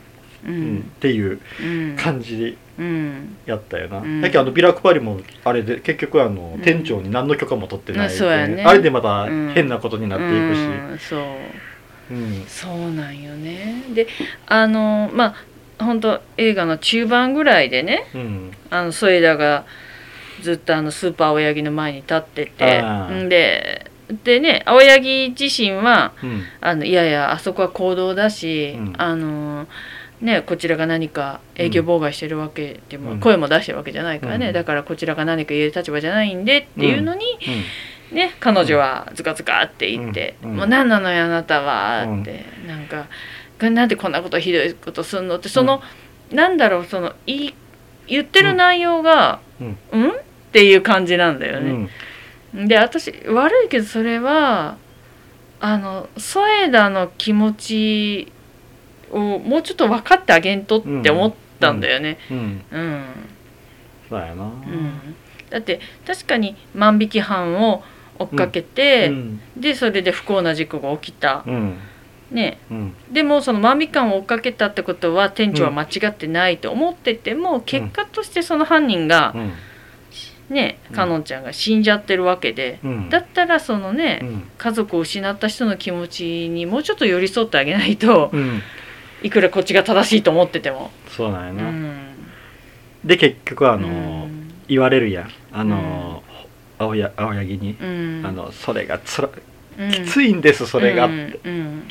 [SPEAKER 2] う
[SPEAKER 1] うんっ
[SPEAKER 2] ん
[SPEAKER 1] ていう
[SPEAKER 2] うん
[SPEAKER 1] 感じ
[SPEAKER 2] うん
[SPEAKER 1] やったよな、
[SPEAKER 2] うん
[SPEAKER 1] やけんあのビラ配りもあれで結局あの、
[SPEAKER 2] うん
[SPEAKER 1] 店長に何の許可も取ってない、
[SPEAKER 2] まあそうやね
[SPEAKER 1] あれでまた
[SPEAKER 2] うん
[SPEAKER 1] 変なことになっていくし、
[SPEAKER 2] うんそう
[SPEAKER 1] うん
[SPEAKER 2] そうなんよねであのまあ本当映画の中盤ぐらいでね
[SPEAKER 1] うん
[SPEAKER 2] あの添田がずっとあのスーパー青柳の前に立ってて
[SPEAKER 1] あー
[SPEAKER 2] んででね青柳自身は
[SPEAKER 1] うん
[SPEAKER 2] あのいやいやあそこは行動だし、
[SPEAKER 1] うん
[SPEAKER 2] あのね、こちらが何か営業妨害してるわけでも、
[SPEAKER 1] うん
[SPEAKER 2] 声も出してるわけじゃないからね、
[SPEAKER 1] うん
[SPEAKER 2] だからこちらが何か言える立場じゃないんでっていうのに、
[SPEAKER 1] うん
[SPEAKER 2] ね、彼女はズカズカって言って「
[SPEAKER 1] うんうん
[SPEAKER 2] もう何なのよあなたは」って、なんか「なんでこんなことひどいことすんの?」ってその、なんだろうその言い言ってる内容が「
[SPEAKER 1] うん
[SPEAKER 2] うんっていう感じなんだよ
[SPEAKER 1] う
[SPEAKER 2] ね。
[SPEAKER 1] ん
[SPEAKER 2] で私悪いけどそれはあの添田の気持ちをもうちょっと分かってあげんとって思ったんだよね。
[SPEAKER 1] うん
[SPEAKER 2] うんうん
[SPEAKER 1] そうやな、う
[SPEAKER 2] だって確かに万引き犯を追っかけて、
[SPEAKER 1] ん
[SPEAKER 2] でそれで不幸な事故が起きた、
[SPEAKER 1] うん
[SPEAKER 2] ね、
[SPEAKER 1] うん
[SPEAKER 2] でもその万引き犯を追っかけたってことは店長は間違ってないと思ってても、結果としてその犯人が
[SPEAKER 1] う、ん
[SPEAKER 2] ね
[SPEAKER 1] うん
[SPEAKER 2] かのんちゃんが死んじゃってるわけで、
[SPEAKER 1] うん
[SPEAKER 2] だったらそのね、
[SPEAKER 1] うん
[SPEAKER 2] 家族を失った人の気持ちにもうちょっと寄り添ってあげないと
[SPEAKER 1] うん
[SPEAKER 2] いくらこっちが正しいと思ってても。
[SPEAKER 1] そうなんや
[SPEAKER 2] う
[SPEAKER 1] な、
[SPEAKER 2] ん
[SPEAKER 1] で結局あ
[SPEAKER 2] あ
[SPEAKER 1] のー言われるやんあのー青や青柳に、あのそれがつらきつ
[SPEAKER 2] い
[SPEAKER 1] いんですそれが、
[SPEAKER 2] うんうん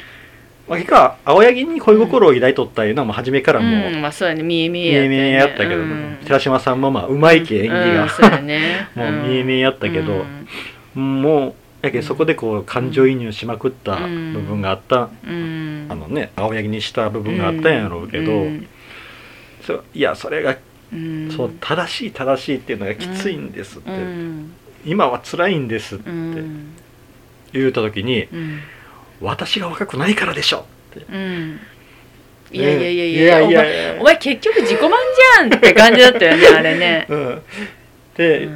[SPEAKER 1] まあ、結果青柳に恋心を抱いとったいうのはもう初めからもう、
[SPEAKER 2] うんまあそうやね見え見
[SPEAKER 1] 見
[SPEAKER 2] え
[SPEAKER 1] え見えやったけど、
[SPEAKER 2] うん
[SPEAKER 1] 寺島さんもまあうまいけ演技
[SPEAKER 2] うん
[SPEAKER 1] が、
[SPEAKER 2] そうやね
[SPEAKER 1] もう見え見えやったけど
[SPEAKER 2] うん
[SPEAKER 1] もうやけんそこでこう感情移入しまくった部分があった、
[SPEAKER 2] うん
[SPEAKER 1] あのね青柳にした部分があったんやろうけど、
[SPEAKER 2] うん
[SPEAKER 1] そいやそれが
[SPEAKER 2] うん
[SPEAKER 1] そう正しい正しいっていうのがきついんですって、
[SPEAKER 2] うん
[SPEAKER 1] 今は辛いんですって
[SPEAKER 2] うん
[SPEAKER 1] 言うた時に
[SPEAKER 2] うん
[SPEAKER 1] 「私が若くないからでしょ」って。
[SPEAKER 2] うんいやいやいや
[SPEAKER 1] ね
[SPEAKER 2] いや
[SPEAKER 1] いやいやいや。
[SPEAKER 2] お前お前結局自己満じゃんって感じだったよねあれね
[SPEAKER 1] うん、で、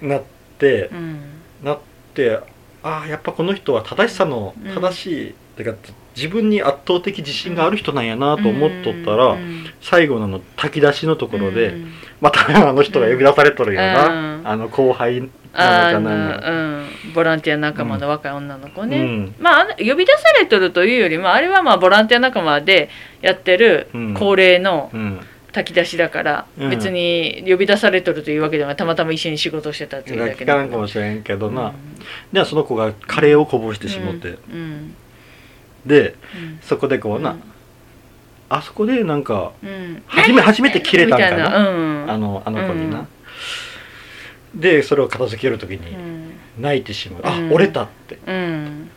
[SPEAKER 1] なって、
[SPEAKER 2] うん
[SPEAKER 1] なってああやっぱこの人は正しさの
[SPEAKER 2] うん
[SPEAKER 1] 正しい、てか自分に圧倒的自信がある人なんやなと思っとったら、
[SPEAKER 2] うん
[SPEAKER 1] 最後のあの炊き出しのところで、
[SPEAKER 2] うん
[SPEAKER 1] またあの人が呼び出されとるよな、
[SPEAKER 2] うん
[SPEAKER 1] あの後輩なの
[SPEAKER 2] あ
[SPEAKER 1] か
[SPEAKER 2] の
[SPEAKER 1] なんか
[SPEAKER 2] うん、ボランティア仲間の若い女の子ね、
[SPEAKER 1] うん
[SPEAKER 2] まああの呼び出されとるというよりもあれはまあボランティア仲間でやってる
[SPEAKER 1] うん
[SPEAKER 2] 恒例の
[SPEAKER 1] うん、
[SPEAKER 2] 炊き出しだから、
[SPEAKER 1] うん
[SPEAKER 2] 別に呼び出されとるというわけではたまたま一緒に仕事をしてたっていうだけ
[SPEAKER 1] 聞かんかもしれんけどな、でその子がカレーをこぼしてしもって、
[SPEAKER 2] うん
[SPEAKER 1] で
[SPEAKER 2] うん
[SPEAKER 1] そこでこうな、あそこでなんか
[SPEAKER 2] うんうん
[SPEAKER 1] 初め初めて切れたんかな
[SPEAKER 2] みいうん
[SPEAKER 1] あのあの子にな、でそれを片付ける時
[SPEAKER 2] う
[SPEAKER 1] に
[SPEAKER 2] ん
[SPEAKER 1] 泣いてしまう、
[SPEAKER 2] う
[SPEAKER 1] あ
[SPEAKER 2] ん
[SPEAKER 1] 折れたって
[SPEAKER 2] うん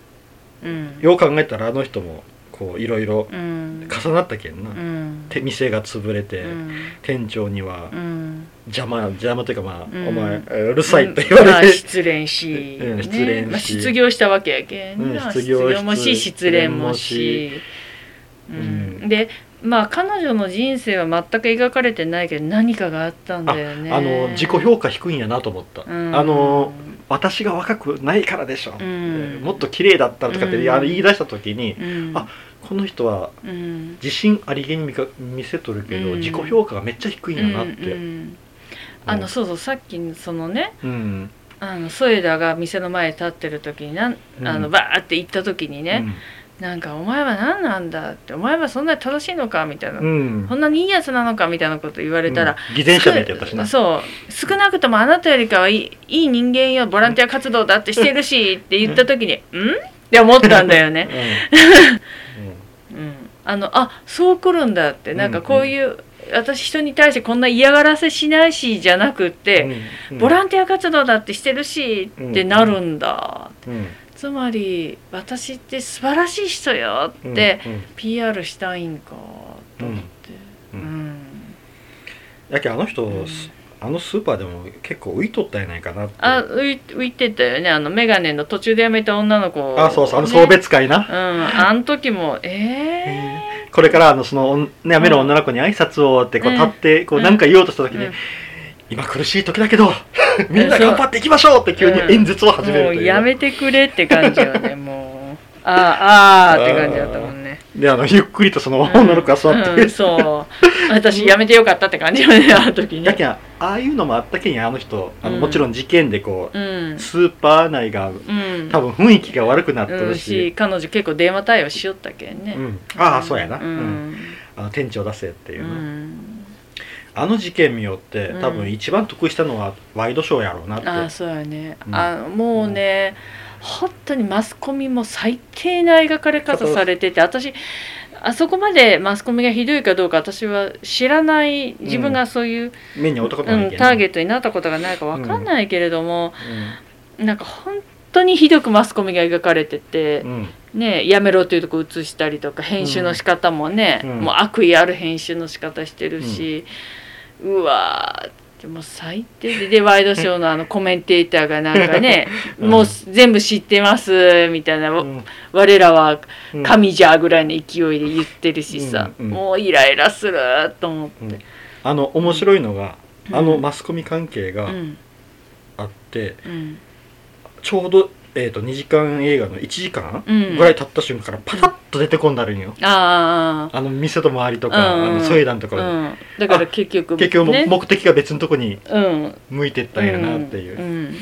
[SPEAKER 2] うん
[SPEAKER 1] よう考えたらあの人もこういろいろ
[SPEAKER 2] うん
[SPEAKER 1] 重なったけんな、
[SPEAKER 2] うん
[SPEAKER 1] て店が潰れて、
[SPEAKER 2] うん
[SPEAKER 1] 店長には
[SPEAKER 2] うん
[SPEAKER 1] 邪魔邪魔というかまあ、
[SPEAKER 2] うん
[SPEAKER 1] お前うるさいって言わ
[SPEAKER 2] まあ
[SPEAKER 1] れて、
[SPEAKER 2] 失恋し、
[SPEAKER 1] うん失恋し
[SPEAKER 2] まあ、失業したわけやけん、
[SPEAKER 1] うん
[SPEAKER 2] まあ
[SPEAKER 1] 失業
[SPEAKER 2] 失業もし
[SPEAKER 1] 失
[SPEAKER 2] 失恋もし、うん
[SPEAKER 1] う
[SPEAKER 2] でまあ彼女の人生は全く描かれてないけど何かがあったんだよね
[SPEAKER 1] あの自己評価低いんやなと思った、
[SPEAKER 2] うん
[SPEAKER 1] あの私が若くないからでしょ、
[SPEAKER 2] うん
[SPEAKER 1] もっと綺麗だったらとかって、
[SPEAKER 2] うん
[SPEAKER 1] いや言い出した時に
[SPEAKER 2] うん
[SPEAKER 1] あこの人は
[SPEAKER 2] うん
[SPEAKER 1] 自信ありげに見か見せとるけど、
[SPEAKER 2] うん
[SPEAKER 1] 自己評価がめっちゃ低いんやなって、
[SPEAKER 2] うんうんあのそうそうさっきそのね
[SPEAKER 1] うん
[SPEAKER 2] あのソエダが店の前に立ってる時になん
[SPEAKER 1] うん
[SPEAKER 2] あのバーって行った時にね、なんか「お前は何なんだ」って「お前はそんなに正しいのか」みたいな、
[SPEAKER 1] うんうん
[SPEAKER 2] こんなにいいやつなのか」みたいなこと言われたら、
[SPEAKER 1] うん偽善者みたいやったしな
[SPEAKER 2] そう少なくともあなたよりかはいいいい人間よボランティア活動だってしてるしって言った時に「うん?」って思ったんだよね。
[SPEAKER 1] うんうん
[SPEAKER 2] うん、あのあそう来るんだってなんかこういう、私人に対してこんな嫌がらせしないしじゃなく って、
[SPEAKER 1] うん
[SPEAKER 2] ボランティア活動だってしてるしってなるんだ、
[SPEAKER 1] うん
[SPEAKER 2] つまり私って素晴らしい人よ
[SPEAKER 1] うん
[SPEAKER 2] って、
[SPEAKER 1] うん、
[SPEAKER 2] PR したいんかと思って
[SPEAKER 1] う
[SPEAKER 2] うんん、
[SPEAKER 1] うやけんあの人、
[SPEAKER 2] うん
[SPEAKER 1] あのスーパーでも結構浮いとったんやないかなって
[SPEAKER 2] あ浮い浮いてたよねあの眼鏡の途中でやめた女の子
[SPEAKER 1] あそうそうあの
[SPEAKER 2] ね
[SPEAKER 1] 送別会な、
[SPEAKER 2] うんあん時もええ
[SPEAKER 1] これからあのそのおんね雨の女の子に挨拶をってこう
[SPEAKER 2] うん
[SPEAKER 1] 立ってこう
[SPEAKER 2] うん
[SPEAKER 1] なんか言おうとした時に、
[SPEAKER 2] うん
[SPEAKER 1] 今苦しい時だけど みんな頑張っていきましょうって急に演説を始める
[SPEAKER 2] も
[SPEAKER 1] というう、
[SPEAKER 2] やめてくれって感じよ ねもうあーあーって感じだったもんね
[SPEAKER 1] であのゆっくりとその女の子が座って、
[SPEAKER 2] うん、そう私やめてよかったって感じよねあの時
[SPEAKER 1] やけ
[SPEAKER 2] ね
[SPEAKER 1] んああいうのもあったけんやあの人あの、
[SPEAKER 2] うん
[SPEAKER 1] もちろん事件でこう、
[SPEAKER 2] うん
[SPEAKER 1] スーパー内が
[SPEAKER 2] うん
[SPEAKER 1] 多分雰囲気が悪くなった
[SPEAKER 2] うん、し
[SPEAKER 1] し,、
[SPEAKER 2] 彼女結構電話対応しよったけんね、
[SPEAKER 1] うんああそうやな、
[SPEAKER 2] う
[SPEAKER 1] うん
[SPEAKER 2] ん
[SPEAKER 1] あの店長出せっていううな、
[SPEAKER 2] ん、
[SPEAKER 1] あの事件によって
[SPEAKER 2] うん
[SPEAKER 1] 多分一番得したのはワイドショーやろうなって、
[SPEAKER 2] ああそうやね、
[SPEAKER 1] うん
[SPEAKER 2] あもうね、本当にマスコミも最低な描かれ方されてて私あそこまでマスコミがひどいかどうか私は知らない自分がそういう、
[SPEAKER 1] 目に男
[SPEAKER 2] うん
[SPEAKER 1] の意見、
[SPEAKER 2] ターゲットになったことがないかわかんないけれども、
[SPEAKER 1] う
[SPEAKER 2] なんか本当にひどくマスコミが描かれてて、
[SPEAKER 1] ん、うん
[SPEAKER 2] ねやめろというとこ映したりとか編集の仕方もね、
[SPEAKER 1] うん
[SPEAKER 2] もう悪意ある編集の仕方してるし、うわーってもう最低ででワイドショーのあ のコメンテーターがなんかね、
[SPEAKER 1] うん
[SPEAKER 2] もう全部知ってますみたいな、
[SPEAKER 1] うん
[SPEAKER 2] 我らは神じゃぐらいの勢いで言ってるしさ、
[SPEAKER 1] うんうん
[SPEAKER 2] もうイライラすると思って、
[SPEAKER 1] うんあの面白いのが、
[SPEAKER 2] うん
[SPEAKER 1] あのマスコミ関係
[SPEAKER 2] う
[SPEAKER 1] が
[SPEAKER 2] ん
[SPEAKER 1] あって、
[SPEAKER 2] うん
[SPEAKER 1] ちょうど、えー、と2時間映画の1時間
[SPEAKER 2] うん
[SPEAKER 1] ぐらい経った瞬間からパタッと出てこんなるんよ、
[SPEAKER 2] ああ
[SPEAKER 1] あの店と周りとか、
[SPEAKER 2] うんうん
[SPEAKER 1] あのソイダンと
[SPEAKER 2] う
[SPEAKER 1] かで、
[SPEAKER 2] ん、だから結局
[SPEAKER 1] 結局も
[SPEAKER 2] ね、
[SPEAKER 1] 目的が別のとこに
[SPEAKER 2] うん、
[SPEAKER 1] 向いてったんやなっていう、
[SPEAKER 2] んん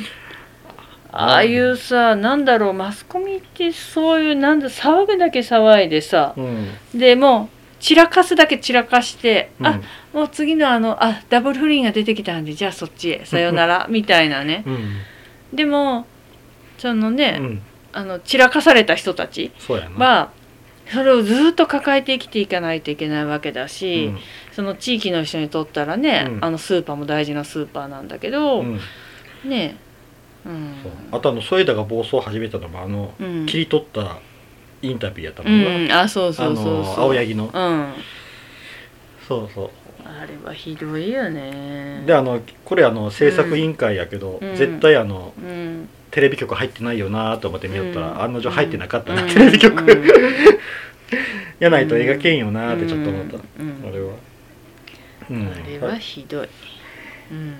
[SPEAKER 2] ああいうさなんだろうマスコミってそういうなんだ騒ぐだけ騒いでさ
[SPEAKER 1] うん
[SPEAKER 2] でもう散らかすだけ散らかして、
[SPEAKER 1] うん
[SPEAKER 2] あもう次のあのあダブル不倫が出てきたんでじゃあそっちへさよならみたいなね
[SPEAKER 1] うん
[SPEAKER 2] でもその
[SPEAKER 1] う
[SPEAKER 2] ね、
[SPEAKER 1] ん
[SPEAKER 2] あの散らかされた人たち
[SPEAKER 1] そうやな、
[SPEAKER 2] はそれをずっと抱えて生きていかないといけないわけだ
[SPEAKER 1] う
[SPEAKER 2] し、
[SPEAKER 1] ん
[SPEAKER 2] その地域の人にとったらね、
[SPEAKER 1] うん
[SPEAKER 2] あのスーパーも大事なスーパーなんだけど、
[SPEAKER 1] うん
[SPEAKER 2] ねえ、うん
[SPEAKER 1] そうあとあのソイダが暴走を始めたのもあの、
[SPEAKER 2] うん
[SPEAKER 1] 切り取ったインタビューやったのが、
[SPEAKER 2] うん、あそう
[SPEAKER 1] あ
[SPEAKER 2] そうそうそう
[SPEAKER 1] の青柳の、
[SPEAKER 2] うんあ
[SPEAKER 1] そうそう
[SPEAKER 2] れはひどいよね
[SPEAKER 1] であのこれあの制作委員会やけど、
[SPEAKER 2] うん
[SPEAKER 1] 絶対あの
[SPEAKER 2] うん
[SPEAKER 1] テレビ局入ってないよなと思って見よったら、
[SPEAKER 2] うん
[SPEAKER 1] 案の定入ってなかったな、
[SPEAKER 2] うん
[SPEAKER 1] テレビ局、
[SPEAKER 2] うん
[SPEAKER 1] やないと描けんよなってちょっと思った、
[SPEAKER 2] うん
[SPEAKER 1] あれは、うん
[SPEAKER 2] あれはひどいうん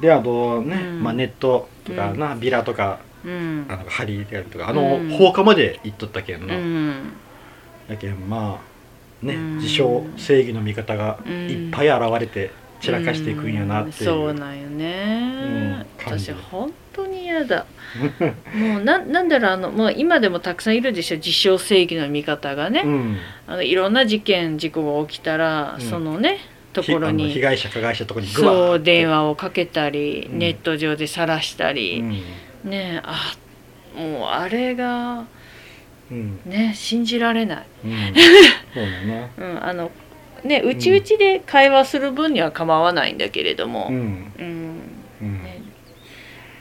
[SPEAKER 1] であとね、
[SPEAKER 2] うん
[SPEAKER 1] まあ、ネットとかな、ビラとか
[SPEAKER 2] うん
[SPEAKER 1] あのハリーであるとかあの、
[SPEAKER 2] うん
[SPEAKER 1] 放火まで行っとったけん
[SPEAKER 2] う
[SPEAKER 1] な、
[SPEAKER 2] ん
[SPEAKER 1] やけんまあね、
[SPEAKER 2] うん
[SPEAKER 1] 自称正義の味方がいっぱい現れて散らかしていくんやなっていう、
[SPEAKER 2] んそうなんよ
[SPEAKER 1] う
[SPEAKER 2] ね、
[SPEAKER 1] ん感じ
[SPEAKER 2] 私本当に嫌だもうななんだろうあのもう今でもたくさんいるでしょ自称正義の味方がね、
[SPEAKER 1] うん
[SPEAKER 2] あのいろんな事件事故が起きたら、
[SPEAKER 1] うん
[SPEAKER 2] そのねと
[SPEAKER 1] ひ
[SPEAKER 2] ころ
[SPEAKER 1] あの
[SPEAKER 2] に
[SPEAKER 1] 被害者加害者とこにグワ
[SPEAKER 2] そう電
[SPEAKER 1] 話
[SPEAKER 2] 話をかけたり、
[SPEAKER 1] うん
[SPEAKER 2] ネット上で晒した
[SPEAKER 1] う
[SPEAKER 2] り、
[SPEAKER 1] ん、
[SPEAKER 2] ねえあもうあれが
[SPEAKER 1] うん
[SPEAKER 2] ね信じられない、
[SPEAKER 1] うん、そうだな
[SPEAKER 2] うん、あのねうちうちで会話する分には構わないんだけれども
[SPEAKER 1] う、ん
[SPEAKER 2] うん
[SPEAKER 1] うん、
[SPEAKER 2] ね、